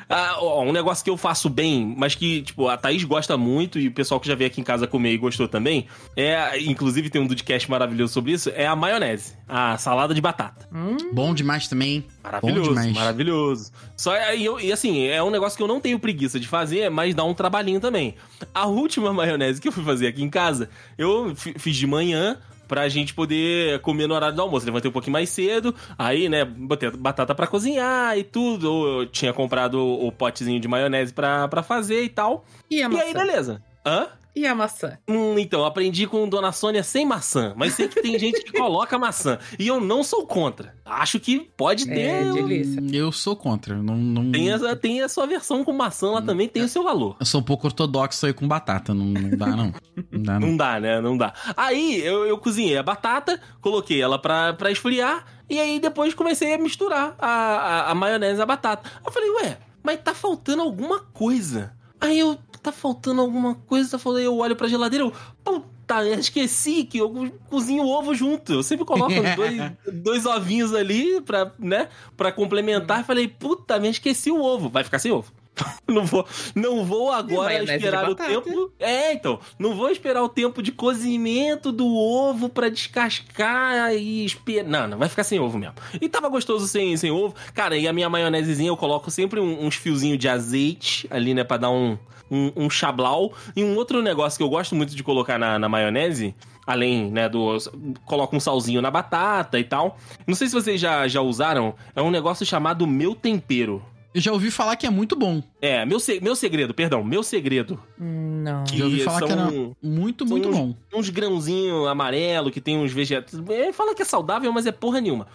C: ah, ó, um negócio que eu faço bem, mas que, tipo, a Thaís gosta muito e o pessoal que já veio aqui em casa comer e gostou também, é, inclusive tem um podcast maravilhoso sobre isso, é a maionese, a salada de batata.
D: Hum.
B: Bom demais também. Bom
C: Maravilhoso,
B: demais.
C: maravilhoso. Só aí eu, e assim, é um negócio que eu não tenho preguiça de fazer, mas dá um trabalhinho também. A última maionese que eu fui fazer aqui em casa, eu fi- fiz de manhã pra gente poder comer no horário do almoço. Levantei um pouquinho mais cedo, aí, né, botei a batata pra cozinhar e tudo. ou Eu tinha comprado o, o potezinho de maionese pra, pra fazer e tal.
D: E a
C: E aí,
D: maçã?
C: beleza. Hã?
D: E a maçã?
C: Hum, então, eu aprendi com Dona Sônia sem maçã, mas sei que tem gente que coloca maçã. E eu não sou contra. Acho que pode ter
D: É,
C: um-
D: delícia.
B: Eu sou contra. eu Não, não...
C: tem, essa, tem a sua versão com maçã, ela também tem o seu valor.
B: Eu sou um pouco ortodoxo aí com batata. Não, não dá, não. Não dá, não.
C: Não dá, né? Não dá. Aí eu, eu cozinhei a batata, coloquei ela pra, pra esfriar, e aí depois comecei a misturar a, a, a maionese e a batata. Eu falei, ué, mas tá faltando alguma coisa. Aí eu, tá faltando alguma coisa, tá faltando, aí eu olho pra geladeira, eu, puta, esqueci que eu cozinho ovo junto. Eu sempre coloco os dois, dois ovinhos ali pra, né, pra complementar. Eu Falei, puta, me esqueci o ovo. Vai ficar sem ovo. Não vou, não vou agora
D: maionese é de
C: esperar o
D: batata.
C: tempo. É, então, não vou esperar o tempo de cozimento do ovo pra descascar e esperar. Não, não, vai ficar sem ovo mesmo. E tava gostoso sem, sem ovo. Cara, e a minha maionesezinha eu coloco sempre um- uns fiozinhos de azeite ali, né, pra dar um, um, um chablau. E um outro negócio que eu gosto muito de colocar na, na maionese, além, né, do. Coloca um salzinho na batata e tal. Não sei se vocês já, já usaram, é um negócio chamado meu tempero.
B: Eu já ouvi falar que é muito bom.
C: É, meu, se- meu segredo, perdão, meu segredo.
D: Hum, Não.
C: Que
B: Já ouvi falar
C: são
B: que era muito, muito bom.
C: uns grãozinhos amarelo que tem uns vegetais. É, fala que é saudável, mas é porra nenhuma.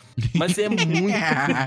C: Mas é muito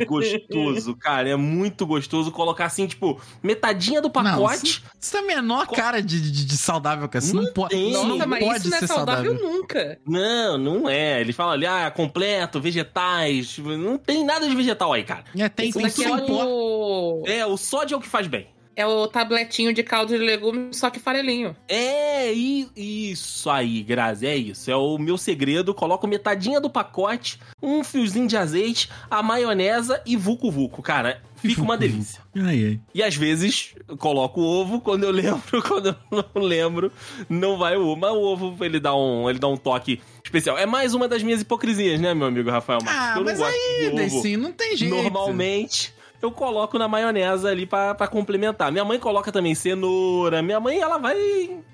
C: gostoso, cara. É muito gostoso colocar assim, tipo, metadinha do pacote.
B: Isso tem a menor cara de, de, de saudável que essa. Não, pode,
C: tem.
B: isso não
D: Nossa, mas
B: pode
D: isso não é
B: ser
D: saudável,
B: saudável.
D: nunca.
C: Não, não é. Ele fala ali, ah, completo, vegetais. tipo, Não tem nada de vegetal aí, cara.
B: É, tem,
D: Isso
B: tem
D: daqui
B: tudo
D: é
B: em pó.
D: o...
C: É, o sódio é o que faz bem.
D: é o tabletinho de caldo de legume, só que farelinho.
C: É, e- isso aí, Grazi, é isso. É o meu segredo. Coloco metadinha do pacote, um fiozinho de azeite, a maionesa e vucu-vucu. Cara, fica uma delícia.
B: Ai, ai.
C: E às vezes eu coloco o ovo quando eu lembro, quando eu não lembro, não vai o ovo. Mas o ovo ele dá um, ele dá um toque especial. É mais uma das minhas hipocrisias, né, meu amigo Rafael Marques?
B: Ah,
C: Eu não
B: mas
C: gosto
B: aí,
C: de ovo.
B: Deicin, não tem jeito.
C: Normalmente eu coloco na maionese ali pra pra complementar. Minha mãe coloca também cenoura. Minha mãe, ela vai.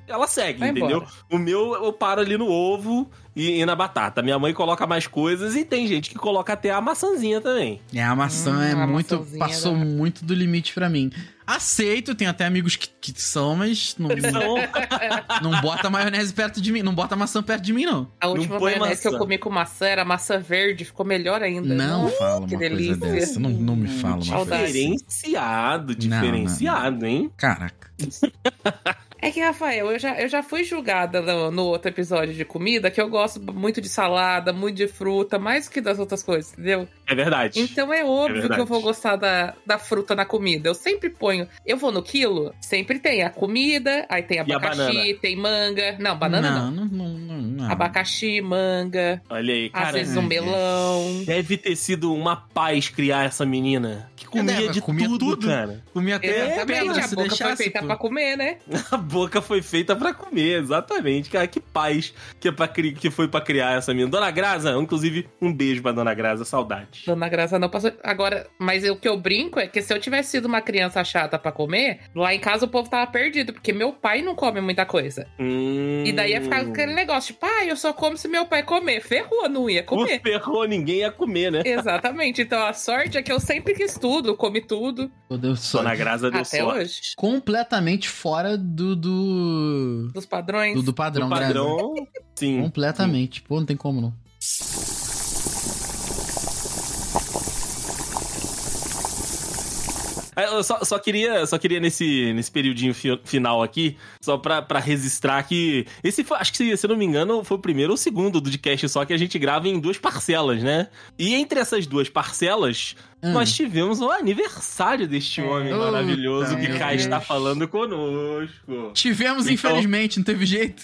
C: Ela segue,
D: Vai
C: entendeu?
D: embora.
C: O meu, eu paro ali no ovo e, e na batata. Minha mãe coloca mais coisas e tem gente que coloca até a maçãzinha também.
B: É, a maçã
D: Hum,
B: é
D: a
B: muito.
D: maçãzinha
B: Passou
D: da-
B: muito do limite pra mim. Aceito, tenho até amigos que, que são, mas não,
C: Então,
B: não bota maionese perto de mim. Não bota maçã perto de mim, não.
D: A última
C: põe
D: maionese que eu
C: maçã.
D: comi com maçã era maçã verde, ficou melhor ainda.
B: Não
D: Nossa,
B: fala uma
D: que
B: coisa
D: delícia.
B: dessa. Não, não me fala uma coisa
D: Saudade.
B: dessa. Não,
C: diferenciado,
B: não, não.
C: diferenciado, hein?
B: Caraca.
D: É que, Rafael, eu já, eu já fui julgada no, no outro episódio de comida, que eu gosto muito de salada, muito de fruta, mais que das outras coisas, entendeu?
C: É verdade.
D: Então é óbvio que
C: verdade.
D: eu vou gostar da, da fruta na comida. Eu sempre ponho. Eu vou no quilo, sempre tem a comida, aí tem
C: a
D: abacaxi,
C: banana?
D: tem manga. Não, banana não.
B: não. não, não, não. é
D: Abacaxi, manga,
C: Olha aí,
D: às
C: cara.
D: vezes um
B: ai,
D: melão.
C: Deve ter sido uma paz criar essa menina. Que comia
B: Deve,
C: de
B: comia
C: tudo,
B: tudo.
C: cara.
B: Comia até
C: É,
B: a
D: Exatamente,
B: pedra
D: a
B: se
D: boca foi
B: deixasse.
D: feita
B: pô.
D: pra comer, né?
C: A boca foi feita pra comer, exatamente, cara. Que paz que, é pra cri- que foi pra criar essa menina. Dona Graza, inclusive, um beijo pra Dona Graza, saudade.
D: Dona Graça não passou. Agora, mas o que eu brinco é que se eu tivesse sido uma criança chata pra comer, lá em casa o povo tava perdido, porque meu pai não come muita coisa.
C: Hum.
D: E daí ia ficar aquele negócio, tipo, ah, eu só como se meu pai comer. Ferrou, não ia
C: Não
D: comer.
C: ferrou ninguém ia comer, né?
D: Exatamente. Então a sorte é que eu sempre quis tudo, comi tudo,
B: Meu Deus do céu.
C: Dona Graza deu
D: até
C: sorte.
D: hoje.
B: Completamente fora do. do,
D: Dos padrões.
B: do, do padrão,
C: O
B: Grazi.
C: padrão,
B: Hum?
C: sim.
B: Completamente. Pô, não tem como não.
C: É, Eu só, só queria, só queria nesse, nesse periodinho fi- final aqui, só pra, pra registrar que. Esse foi, acho que se, se eu não me engano, foi o primeiro ou o segundo do podcast só que a gente grava em duas parcelas, né? E entre essas duas parcelas,
B: Hum.
C: nós tivemos o aniversário deste
D: É.
C: homem
B: Puta,
C: maravilhoso que
B: meu
C: cá
B: Deus.
C: está falando conosco.
B: Tivemos,
C: Então-
B: infelizmente, não teve jeito.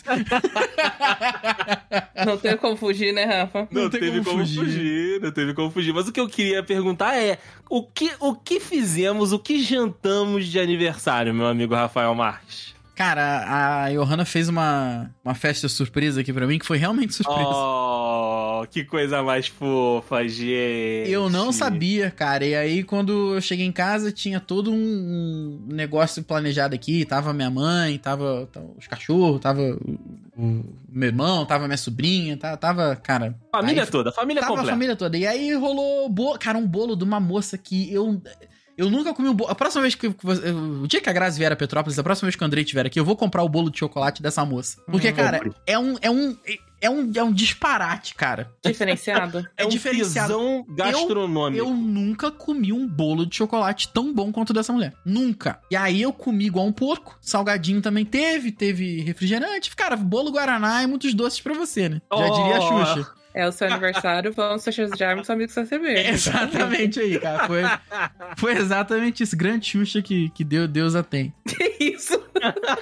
D: Não tem como fugir, né, Rafa?
B: Não
C: Não,
B: tem
C: teve
B: como
C: como,
B: fugir.
C: fugir. não teve como fugir. Mas o que eu queria perguntar é: o que, o que fizemos, o que jantamos de aniversário, meu amigo Rafael Marques?
B: Cara, a Johanna fez uma, uma festa surpresa aqui pra mim, que foi realmente surpresa.
C: Oh, que coisa mais fofa, gente.
B: Eu não sabia, cara. E aí, quando eu cheguei em casa, tinha todo um um negócio planejado aqui. Tava minha mãe, tava, tava os cachorros, tava o, o meu irmão, tava minha sobrinha, tava, tava cara.
C: Família
B: aí,
C: toda, família
B: Tava Tá a
C: completa.
B: família toda. E aí rolou, bolo, cara, um bolo de uma moça que eu. Eu nunca comi um bolo. A próxima vez que. você- O dia que a Grazi vier a Petrópolis, a próxima vez que o Andrei estiver aqui, eu vou comprar o bolo de chocolate dessa moça. Porque,
D: Hum.
B: cara,
C: Compre.
B: é um, é um. É um. É um disparate, cara.
D: Diferenciado.
B: É,
C: um
B: diferenciado.
C: pisão gastronômico.
B: Eu nunca comi um bolo de chocolate tão bom quanto o dessa mulher. Nunca. E aí eu comi igual um porco. Salgadinho também teve, teve refrigerante. Cara, bolo Guaraná e muitos doces pra você, né? Já
C: Oh.
B: diria a Xuxa.
D: É o seu aniversário, vamos festejar com os amigos da cerveja.
B: É exatamente aí, cara. Foi, foi exatamente isso. Grande Xuxa que, que Deus, Deus a tem.
D: Que É isso?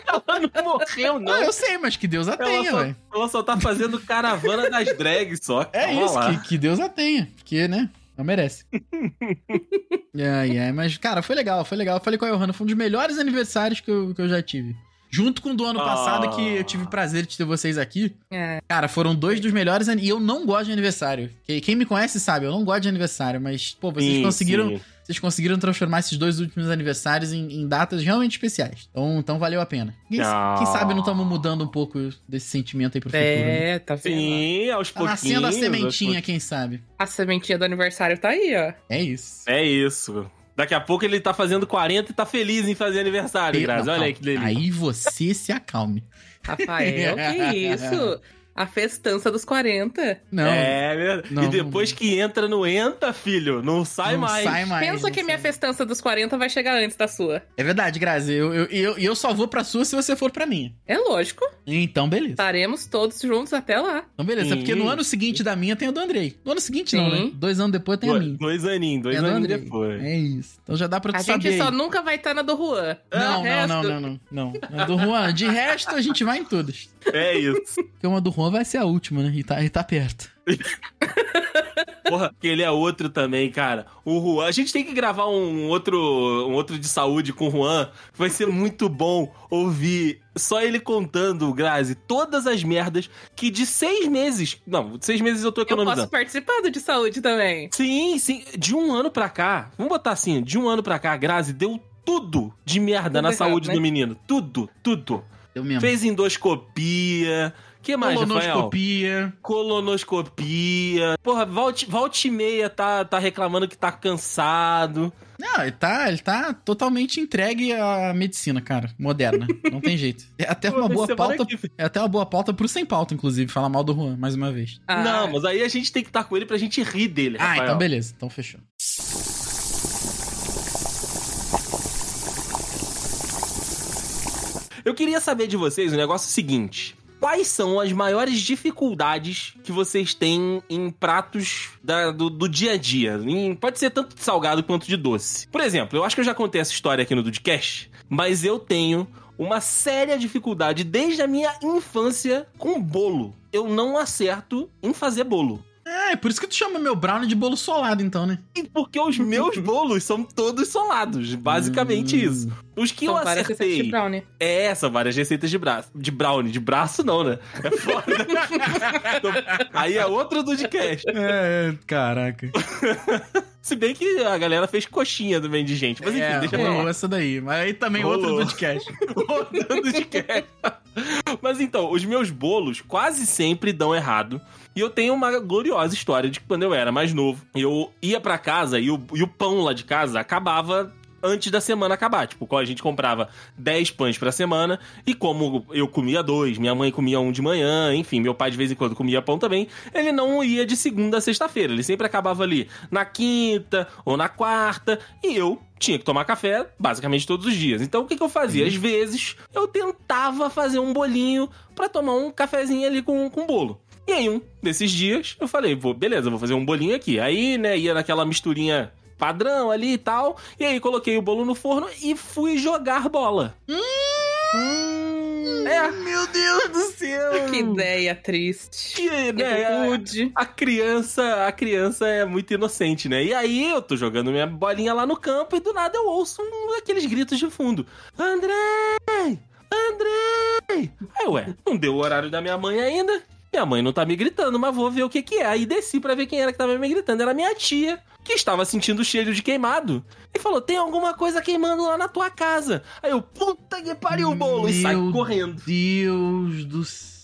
C: Ela não morreu,
B: Não,
C: não.
B: eu sei, mas que Deus a
C: Ela
B: tenha,
C: só-
B: velho.
C: Ela só tá fazendo caravana das drags, só.
B: É
C: Calma
B: isso,
C: lá.
B: que, que Deus a tenha. Porque, né? Não merece. ai, ai, mas, cara, foi legal, foi legal. Eu falei com a Johanna, foi um dos melhores aniversários que eu, que eu já tive. Junto com o do ano
C: Ah.
B: passado, que eu tive o prazer de ter vocês aqui.
D: É.
B: Cara, foram dois dos melhores. an- E eu não gosto de aniversário. Que- Quem me conhece sabe, eu não gosto de aniversário. Mas, pô, vocês
C: Sim,
B: conseguiram
C: sim.
B: vocês conseguiram transformar esses dois últimos aniversários em, em datas realmente especiais. Então, então valeu a pena. Quem,
C: Ah.
B: quem sabe não estamos mudando um pouco desse sentimento aí pro futuro. né?
D: É, tá vendo?
C: Sim, aos
B: Tá
C: pouquinhos.
B: nascendo a
C: aos
B: sementinha, quem sabe.
D: A sementinha do aniversário tá aí, ó.
B: É isso.
C: pouquinhos. É isso. Daqui a pouco ele tá fazendo 40 e tá feliz em fazer aniversário,
B: Pe-
C: Grazi.
B: Não,
C: Olha
B: calma.
C: aí que delícia.
B: Aí você se acalme.
D: Rafael, que isso? A festança dos 40.
B: Não.
C: É, verdade.
B: Não,
C: e depois que entra, não entra, filho. Não sai
B: não
C: mais.
B: sai mais.
D: Pensa
B: não
D: que
B: sai.
D: minha festança dos 40 vai chegar antes da sua.
B: É verdade, Grazi. E eu, eu, eu, eu só vou pra sua se você for pra minha.
D: É lógico.
B: Então, beleza.
D: Estaremos todos juntos até lá.
B: Então, beleza. É
C: Sim.
B: Porque no ano seguinte da minha tem a do Andrei. No ano seguinte, não,
D: Sim.
B: né? Dois anos depois tem a
C: Dois,
B: minha.
C: dois aninhos, dois
B: É do
C: aninhos
B: Andrei.
C: depois.
B: É isso. Então já dá pra tu
D: A
B: saber.
D: gente só
B: aí.
D: nunca vai estar na do Juan.
C: Ah,
B: Não, não,
D: O resto-
B: não, não, não, não. A do Juan. De resto, a gente vai em todas.
C: É isso.
B: Porque uma do Juan vai ser a última, né? E tá, e tá perto.
C: Porra, que ele é outro também, cara. O Juan. A gente tem que gravar um outro, um outro de saúde com o Juan. Vai ser muito bom ouvir só ele contando, Grazi, todas as merdas que de seis meses. Não, de seis meses eu tô
D: Eu posso
C: economizando.
D: participar do de saúde também.
C: Sim, sim. De um ano pra cá, vamos botar assim, de um ano pra cá, a Grazi deu tudo de merda
D: Tudo
C: na
D: errado,
C: saúde
D: né?
C: do menino. Tudo, tudo.
B: Eu mesmo.
C: Fez endoscopia. que mais, Rafael?
B: Hum. Colonoscopia.
C: Colonoscopia. Porra, volte, volte e meia tá, tá reclamando que tá cansado.
B: Não, ele tá, ele tá totalmente entregue à medicina, cara. Moderna. Não tem jeito. É até uma boa
C: Semana
B: pauta.
C: que-
B: É até uma boa pauta pro sem pauta, inclusive, falar mal do Juan, mais uma vez.
D: Ah,
C: Não, mas aí a gente tem que estar com ele pra gente rir dele,
B: Ah,
C: Rafael.
B: então beleza. Então fechou.
C: Eu queria saber de vocês o negócio seguinte. Quais são as maiores dificuldades que vocês têm em pratos da- do, do dia a dia? Em- pode ser tanto de salgado quanto de doce. Por exemplo, eu acho que eu já contei essa história aqui no Dudcast, mas eu tenho uma séria dificuldade desde a minha infância com bolo. Eu não acerto em fazer bolo.
B: É, é por isso que tu chama meu brownie de bolo solado, então, né?
C: E porque os meus bolos são todos solados, basicamente
B: Hum.
C: isso. Os que eu
D: São várias receitas de
C: acertei.
D: brownie.
C: É, são várias receitas de braço. De brownie, de braço não, né? É foda. Então, Aí é outro Dudcast.
B: É, caraca.
C: Se bem que a galera fez coxinha também de gente. Mas enfim,
B: é,
C: deixa pra lá.
B: rolou essa daí. Mas aí também outro
C: Rolou.
B: podcast.
C: Outro Dudcast. Mas então, os meus bolos quase sempre dão errado. E eu tenho uma gloriosa história de que quando eu era mais novo, eu ia pra casa e o, e o pão lá de casa acabava antes da semana acabar. Tipo, a gente comprava 10 pães pra semana e como eu comia dois, minha mãe comia um de manhã, enfim, meu pai de vez em quando comia pão também, ele não ia de segunda a sexta-feira. Ele sempre acabava ali na quinta ou na quarta e eu tinha que tomar café basicamente todos os dias. Então o que, que eu
B: Uhum.
C: fazia? Às vezes eu tentava fazer um bolinho pra tomar um cafezinho ali com, com bolo. E aí, um desses dias, eu falei, vou, beleza, vou fazer um bolinho aqui. Aí, né, ia naquela misturinha padrão ali e tal. E aí, coloquei o bolo no forno e fui jogar bola. É.
B: Hum! Meu Deus do céu.
D: Que ideia triste.
C: Que, né, a-
D: Eu
B: Um
D: pude.
C: a criança, a criança é muito inocente, né? E aí eu tô jogando minha bolinha lá no campo e do nada eu ouço um daqueles gritos de fundo. André! André! Aí, ué, não deu o horário da minha mãe ainda. Minha mãe não tá me gritando, mas vou ver o que que é. Aí desci pra ver quem era que tava me gritando. Era minha tia, que estava sentindo o cheiro de queimado. E falou, tem alguma coisa queimando lá na tua casa. Aí eu, puta que pariu o bolo. E sai
B: Meu
C: correndo.
B: Deus do céu.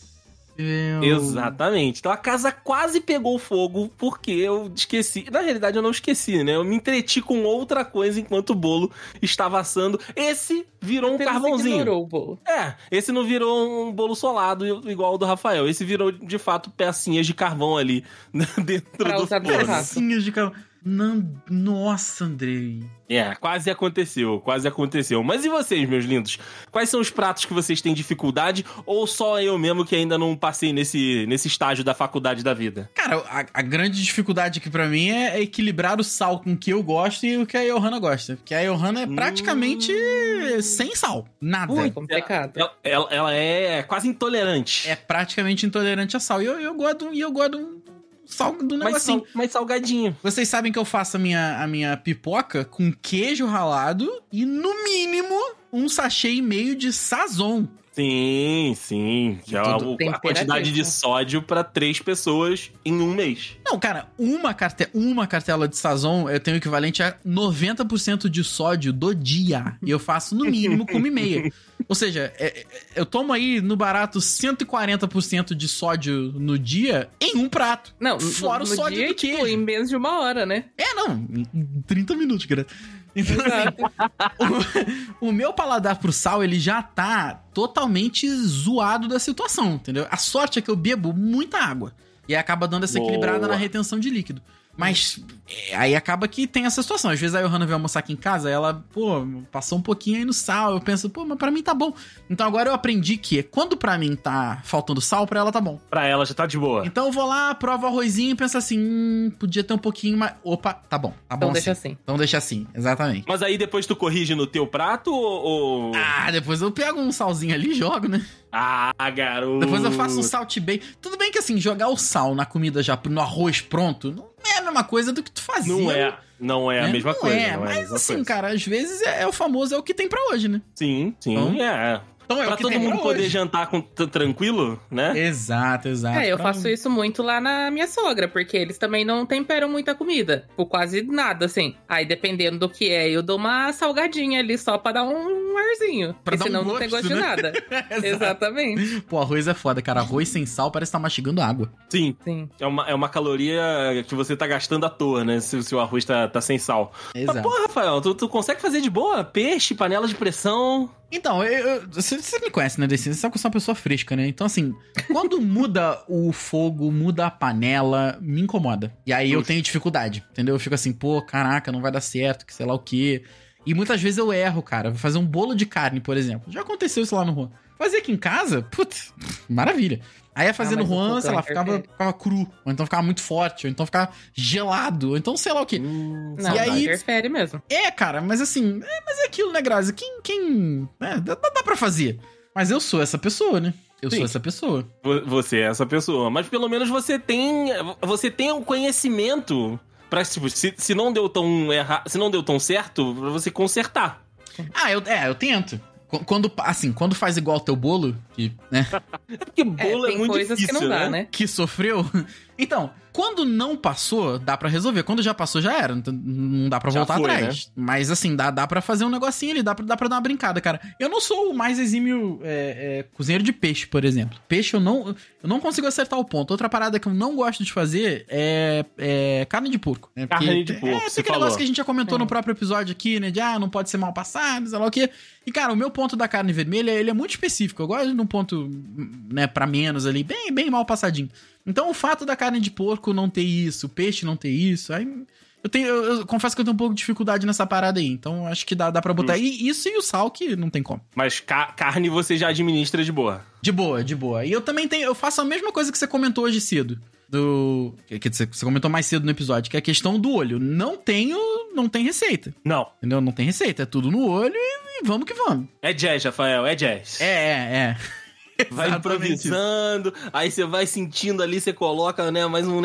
C: Exatamente. Então a casa quase pegou fogo porque eu esqueci. Na realidade, eu não esqueci, né? Eu me entreti com outra coisa enquanto o bolo estava assando. Esse virou um
D: Apenas
C: carvãozinho.
D: ignorou o bolo.
C: É, esse não virou um bolo solado igual o do Rafael. Esse virou, de fato, pecinhas de carvão ali dentro
D: Pra
C: do
D: usar no
C: forno.
D: churrasco.
B: Pecinhas de carro. Não- Nossa, Andrei.
C: É, quase aconteceu, quase aconteceu. Mas e vocês, meus lindos? Quais são os pratos que vocês têm dificuldade? Ou só eu mesmo que ainda não passei nesse, nesse estágio da faculdade da vida?
B: Cara, a, a grande dificuldade aqui pra mim é, é equilibrar o sal com o que eu gosto e o que a Johanna gosta. Porque a Johanna é praticamente
C: Hum.
B: sem sal. Nada.
D: É complicado.
C: Ela, ela- ela é quase intolerante.
B: É praticamente intolerante a sal. E eu, eu gosto, e eu gosto de um sal do
C: mas,
B: negocinho.
C: sal- mas salgadinho.
B: Vocês sabem que eu faço a minha, a minha pipoca com queijo ralado e, no mínimo, um sachê e meio de sazon.
C: Sim, sim. Que é
B: Tudo
C: o- a
D: temperadinho.
C: quantidade de sódio pra três pessoas em um mês.
B: Não, cara, uma, carte uma cartela de sazon eu tenho o equivalente a 90% de sódio do dia. E eu faço no mínimo com uma e meia. Ou seja, é- é- eu tomo aí no barato 140% de sódio no dia em um prato.
D: Não, no-
B: Fora o
D: no
B: sódio
D: dia,
B: do queijo.
D: tipo, em menos de uma hora, né?
B: É, não, em- em 30 minutos, cara. Então, assim, o, o meu paladar pro sal, ele já tá totalmente zoado da situação, entendeu? A sorte é que eu bebo muita água. E aí acaba dando essa equilibrada
C: Boa.
B: na retenção de líquido. Mas é, aí acaba que tem essa situação. Às vezes a Johanna vem almoçar aqui em casa, ela, pô, passou um pouquinho aí no sal. Eu penso, pô, mas pra mim tá bom. Então agora eu aprendi que quando pra mim tá faltando sal, pra ela tá bom.
C: Pra ela já tá de boa.
B: Então eu vou lá, provo o arrozinho e penso assim, hum, podia ter um pouquinho mais. Opa, tá bom, tá
D: Então
B: bom.
D: deixa
B: assim.
D: assim.
B: Então deixa assim, exatamente.
C: Mas aí depois tu corrige no teu prato ou. ou-
B: Ah, depois eu pego um salzinho ali e jogo, né?
C: Ah, garoto.
B: Depois eu faço um salt bem. Tudo bem que assim, jogar o sal na comida já, no arroz pronto, não é a mesma coisa do que tu fazia.
C: Não é, não é a
B: né?
C: mesma
B: Não
C: coisa.
B: É,
C: não é a
B: mas
C: mesma
B: assim,
C: coisa.
B: cara, às vezes é, é o famoso, é o que tem pra hoje, né?
C: Sim, sim,
B: Então,
C: é.
B: Então é
C: Pra
B: o que
C: todo
B: tem
C: mundo
B: pra
C: poder
B: hoje.
C: jantar com, t- tranquilo, né?
B: Exato, exato.
D: É, eu
B: tá Pra-
D: faço isso muito lá na minha sogra, porque eles também não temperam muita comida. Por quase nada, assim. Aí, dependendo do que é, eu dou uma salgadinha ali só pra dar um arzinho.
B: Pra
D: Porque
B: dar um
D: senão não tem
B: gosto,
D: gosto de
B: né?
D: nada.
B: exato.
D: Exatamente.
B: Pô, arroz é foda, cara. Arroz sem sal parece que tá mastigando água.
C: Sim,
D: Sim.
C: é uma, é uma caloria que você tá gastando à toa, né? Se o seu arroz tá, tá sem sal. Mas,
B: Exato.
C: pô, Rafael, tu, tu consegue fazer de boa? Peixe, panela de pressão.
B: Então, eu- eu- você, você me conhece, né, Decinho? Você sabe que eu sou uma pessoa fresca, né? Então, assim, quando muda o fogo, muda a panela, me incomoda. E aí eu
C: Justo.
B: tenho dificuldade, entendeu? Eu fico assim, pô, caraca, não vai dar certo, que sei lá o quê. E muitas vezes eu erro, cara. Vou fazer um bolo de carne, por exemplo. Já aconteceu isso lá no Juan. Fazer aqui em casa, putz, maravilha. Aí ia fazendo
D: mas o
B: Juan,
D: fogão
B: sei lá,
D: é
B: ficava,
D: perfeito.
B: ficava cru, ou então ficava muito forte, ou então ficava gelado, ou então sei lá o quê.
C: Hum,
D: Não,
B: E
D: não
B: aí-
D: interfere mesmo.
B: É, cara, mas assim, é, mas é aquilo, né, Grazi? Quem. quem é, dá, dá pra fazer. Mas eu sou essa pessoa, né? Eu
C: Sim.
B: sou essa pessoa.
C: vo- Você é essa pessoa. Mas pelo menos você tem. Você tem um conhecimento pra, tipo, se, se não deu tão errado. Se não deu tão certo, pra você consertar.
B: Ah, eu, é, eu tento. Qu- Quando, assim, quando faz igual ao teu bolo, que, né,
C: É porque bolo é,
D: tem
C: muito
D: coisas
C: difícil,
D: que não dá,
C: né?
D: né?
B: que sofreu. Então, quando não passou, dá pra resolver. Quando já passou, já era. Então, Não dá pra
C: Já
B: voltar
C: foi, né?
B: atrás. Mas assim, dá, dá pra fazer um negocinho ali, dá pra, dá pra dar uma brincada, cara. Eu não sou o mais exímio é, é, cozinheiro de peixe, por exemplo. Peixe eu não, eu não consigo acertar o ponto. Outra parada que eu não gosto de fazer é, é carne de porco. né?
C: Carne
B: Porque-
C: de porco,
B: É,
C: você
B: tem aquele negócio
C: falou.
B: que a gente já comentou
D: É.
B: no próprio episódio aqui, né? De ah, não pode ser mal passado, sei lá o quê. E, cara, o meu ponto da carne vermelha, ele é muito específico. Eu gosto de um ponto, né, pra menos ali, bem, bem mal passadinho. Então, o fato da carne de porco não ter isso, o peixe não ter isso, aí... Eu, tenho, eu, eu confesso que eu tenho um pouco de dificuldade nessa parada aí, então acho que dá, dá pra botar. E isso e o sal, que não tem como.
C: Mas ca- carne você já administra de boa.
B: De boa, de boa. E eu também tenho, eu faço a mesma coisa que você comentou hoje cedo. Do. que- Quer dizer, que você comentou mais cedo no episódio, que é a questão do olho. Não tenho. Não tem receita.
C: Não.
B: Entendeu? Não tem receita, é tudo no olho e, e vamos que vamos.
C: É jazz, Rafael, é jazz.
B: É, é, é.
C: Vai
B: Exatamente isso.
C: improvisando, aí você vai sentindo ali, você coloca, né, mais um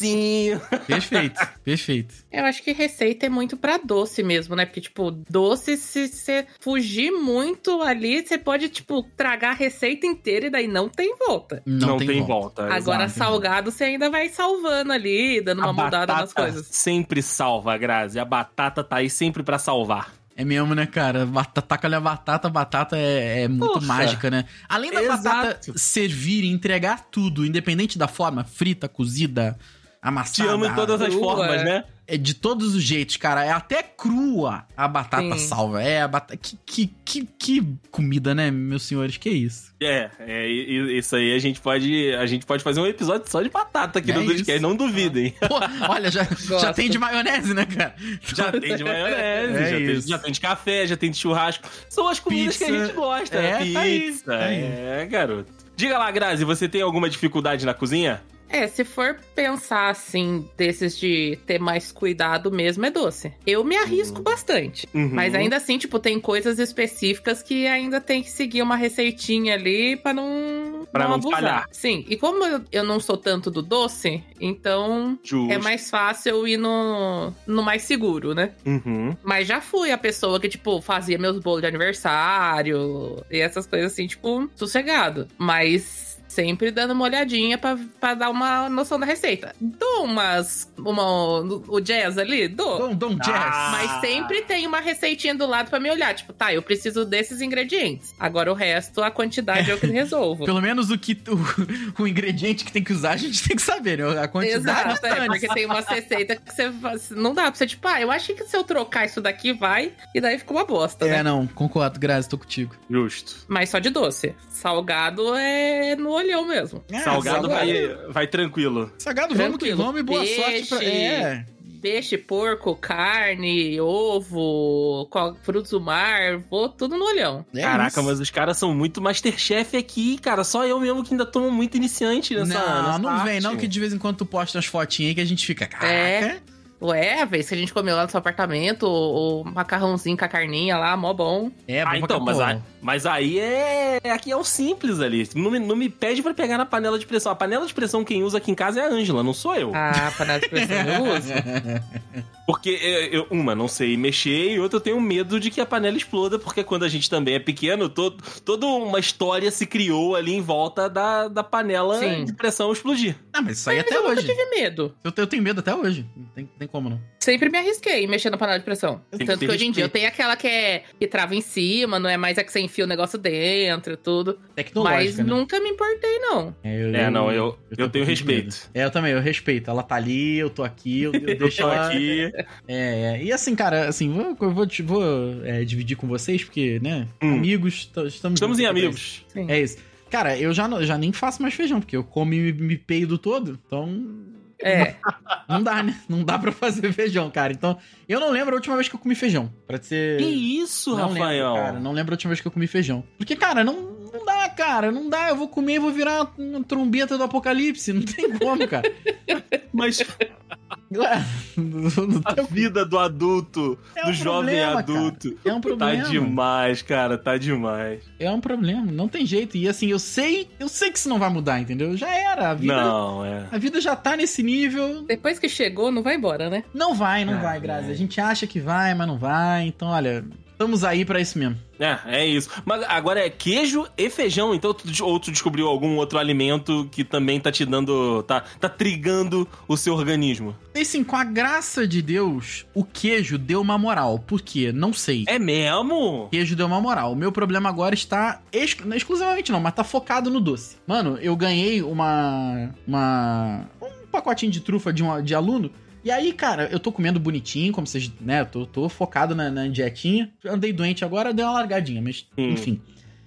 C: negocinho.
B: Perfeito, perfeito.
D: Eu acho que receita é muito pra doce mesmo, né? Porque, tipo, doce, se você fugir muito ali, você pode, tipo, tragar a receita inteira e daí não tem volta.
B: Não, tem, volta.
D: Agora,
B: exato,
D: salgado, você ainda vai salvando ali, dando uma
C: a
D: mudada
C: batata
D: nas coisas.
C: sempre salva, Grazi. A batata tá aí sempre pra salvar.
B: É mesmo, né, cara? Batata, olha a batata, batata é, é muito
C: Poxa.
B: mágica, né? Além da
C: Exato.
B: batata servir e entregar tudo, independente da forma, frita, cozida,
C: Te
B: amassada.
C: amo em todas as
D: Crua.
C: formas, né?
B: É de todos os jeitos, cara. É até crua a batata
D: Sim.
B: salva. É a batata. Que, que, que, que comida, né, meus senhores? Que isso?
C: É, é, e- e- isso aí a gente pode, a gente pode fazer um episódio só de batata aqui
B: É
C: no
B: isso.
C: Dudcast, não duvidem.
B: Pô, olha, já, já tem de maionese, né, cara?
C: Já tem de maionese,
B: É
C: já, tem,
B: isso.
C: já tem de café, já tem de churrasco. São as comidas que
B: Pizza.
C: a gente gosta.
B: É, tá aí,
C: Pizza,
B: tá aí.
C: é, garoto. Diga lá, Grazi, você tem alguma dificuldade na cozinha?
D: É, se for pensar assim, desses de ter mais cuidado mesmo, é doce. Eu me arrisco bastante.
C: Uhum.
D: Mas ainda assim, tipo, tem coisas específicas que ainda tem que seguir uma receitinha ali pra não,
C: Pra não
D: abusar.
C: falhar.
D: Sim, e como eu- eu não sou tanto do doce, então
C: Justo.
D: é mais fácil eu ir no, no mais seguro, né?
C: Uhum.
D: Mas já fui a pessoa que, tipo, fazia meus bolos de aniversário e essas coisas assim, tipo, sossegado. Mas sempre dando uma olhadinha pra, pra dar uma noção da receita. Dou umas. Uma, o jazz ali? Dou.
B: Dom, Dom Jazz.
C: Ah.
D: Mas sempre tem uma receitinha do lado pra me olhar. Tipo, tá, eu preciso desses ingredientes. Agora o resto, a quantidade eu que resolvo.
B: Pelo menos o que o, o ingrediente que tem que usar, a gente tem que saber, né? A quantidade.
D: Exato, é, porque tem umas receitas que você faz- não dá pra você, tipo, ah, eu acho que se eu trocar isso daqui vai, e daí fica uma bosta, né?
B: É, não, concordo, Grazi, tô contigo.
C: Justo.
D: Mas só de doce. Salgado é no olhão mesmo.
C: salgado
D: salgado.
C: vai, vai tranquilo.
B: Salgado, vamos que
D: Tranquilo.
B: vamos e boa sorte pra.
D: Peixe.
B: É.
D: Peixe, porco, carne, ovo, co- frutos do mar, vou tudo no olhão.
B: é
C: Caraca,
B: isso.
C: mas os caras são muito Masterchef aqui, cara. Só eu mesmo que ainda tomo muito iniciante nessa.
B: Não,
C: nessa
B: não vem,
C: arte.
B: não, que de vez em quando tu posta umas fotinhas aí que a gente fica. Caraca.
D: É. Ué, a vez que a gente comeu lá no seu apartamento, o, o macarrãozinho com a carninha lá, mó bom.
B: É,
C: Ah,
B: vamos
C: então,
B: pra
C: mas,
B: cá,
C: aí- mas aí é. Aqui é o simples ali. Não me, não me pede pra pegar na panela de pressão. A panela de pressão quem usa aqui em casa é a Ângela, não sou eu.
D: Ah, panela de pressão eu uso.
C: Porque é, eu- uma, não sei mexer, e outra, eu tenho medo de que a panela exploda, porque quando a gente também é pequeno, todo, toda uma história se criou ali em volta da, da panela
D: Sim.
C: de pressão explodir.
B: Ah, mas isso aí
D: Mas
B: até
D: eu
B: hoje.
D: nunca tive medo.
B: Eu, te- eu tenho medo até hoje. Não tem, tem como, não.
D: Sempre me arrisquei mexendo na panela de pressão.
C: Tem que
D: Tanto
C: ter
D: que hoje em dia eu
C: respeito.
D: tenho aquela que é que trava em cima, não é mais a que você enfia o negócio dentro e tudo. Mas
B: Tecnológica. né?
D: nunca me importei, não.
B: É, eu,
C: É, não, eu, eu,
B: um
C: tenho
B: pouquinho de
C: respeito.
B: medo. É, eu também, eu respeito. Ela tá ali, eu tô aqui, eu, eu deixo
C: Eu tô
B: ela
C: aqui.
B: É, é. e assim, cara, assim, vou, eu vou, te- vou, é, dividir com vocês, porque, né,
C: Hum.
B: amigos, t- estamos...
C: Estamos em
B: juntos,
C: amigos.
D: Sim.
B: É isso. Cara, eu já, não- já nem faço mais feijão, porque eu como e me, me peido todo, então...
D: É.
B: Não dá, né? Não dá pra fazer feijão, cara. Então, eu não lembro a última vez que eu comi feijão. Pra ser.
C: Que isso,
B: não
C: Rafael?
B: Lembro, cara. Não lembro a última vez que eu comi feijão. Porque, cara, não, não dá, cara. Não dá. Eu vou comer e vou virar uma trombeta do apocalipse. Não tem como, cara.
C: Mas
B: Não
C: a
B: tem-
C: vida do adulto,
B: É
C: do
B: um
C: jovem
B: problema,
C: adulto.
B: é um
C: Tá
B: problema.
C: demais, cara, tá demais.
B: É um problema. Não tem jeito. E assim, eu sei, eu sei que isso não vai mudar, entendeu? Já era. A vida,
C: Não, é.
B: a vida já tá nesse nível.
D: Depois que chegou, não vai embora, né?
B: Não vai, não
C: Ah,
B: vai, Grazi.
C: é.
B: A gente acha que vai, mas não vai. Então, olha, estamos aí pra isso mesmo.
C: É, é isso. Mas agora é queijo e feijão. Então, tu, ou tu descobriu algum outro alimento que também tá te dando. tá, tá trigando o seu organismo.
B: E assim, com a graça de Deus, o queijo deu uma moral. Por quê? Não sei.
C: É mesmo?
B: Queijo deu uma moral. O meu problema agora está. ex- não, exclusivamente não, mas tá focado no doce. Mano, eu ganhei uma. uma. um pacotinho de trufa de, um, de aluno. E aí, cara, eu tô comendo bonitinho, como vocês, né? Eu tô, tô focado na, na dietinha. Andei doente agora, dei uma largadinha, mas
C: Hum.
B: enfim.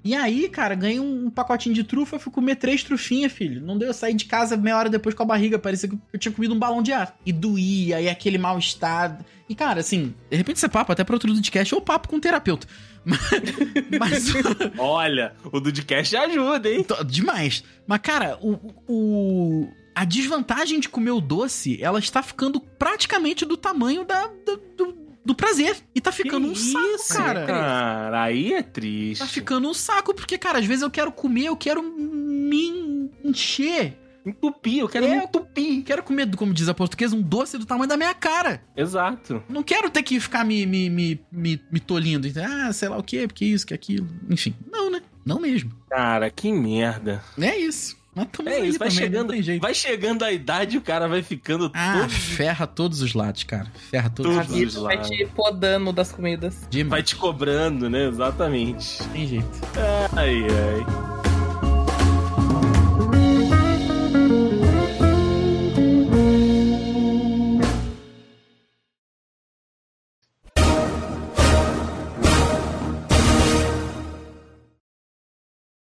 B: E aí, cara, ganhei um pacotinho de trufa, fui comer três trufinhas, filho. Não deu, eu saí de casa meia hora depois com a barriga, parecia que eu tinha comido um balão de ar. E doía, e aquele mal-estar. E, cara, assim, de repente você papo até pra outro podcast ou papo com um terapeuta. Mas, mas
C: Olha, o Dudcast ajuda, hein?
B: Tô- Então, Demais. Mas, cara, o, o- a desvantagem de comer o doce, ela está ficando praticamente do tamanho da, do, do- do prazer. E tá ficando um saco,
C: é
B: cara.
C: Cara, aí é triste.
B: Tá ficando um saco, porque, cara, às vezes eu quero comer, eu quero me encher.
C: Entupir, eu quero
B: É,
C: me entupir.
B: Quero comer, como diz a portuguesa, um doce do tamanho da minha cara.
C: Exato.
B: Não quero ter que ficar me, me, me, me, me tolindo. entendeu? Ah, sei lá o quê, porque isso, que aquilo. Enfim, não, né? Não mesmo.
C: Cara, que merda.
B: É isso. Mas tamo
C: É
B: aí
C: isso, vai
B: também, não
C: chegando,
B: tem jeito.
C: vai chegando a idade e o cara vai ficando
B: Ah,
C: todo.
B: ferra todos os lados, cara. Ferra todos
C: Tudo.
D: A
B: os lados.
D: vida vai te podando das comidas.
B: Demais.
C: Vai te cobrando, né? Exatamente.
B: Tem jeito.
C: Ai, ai.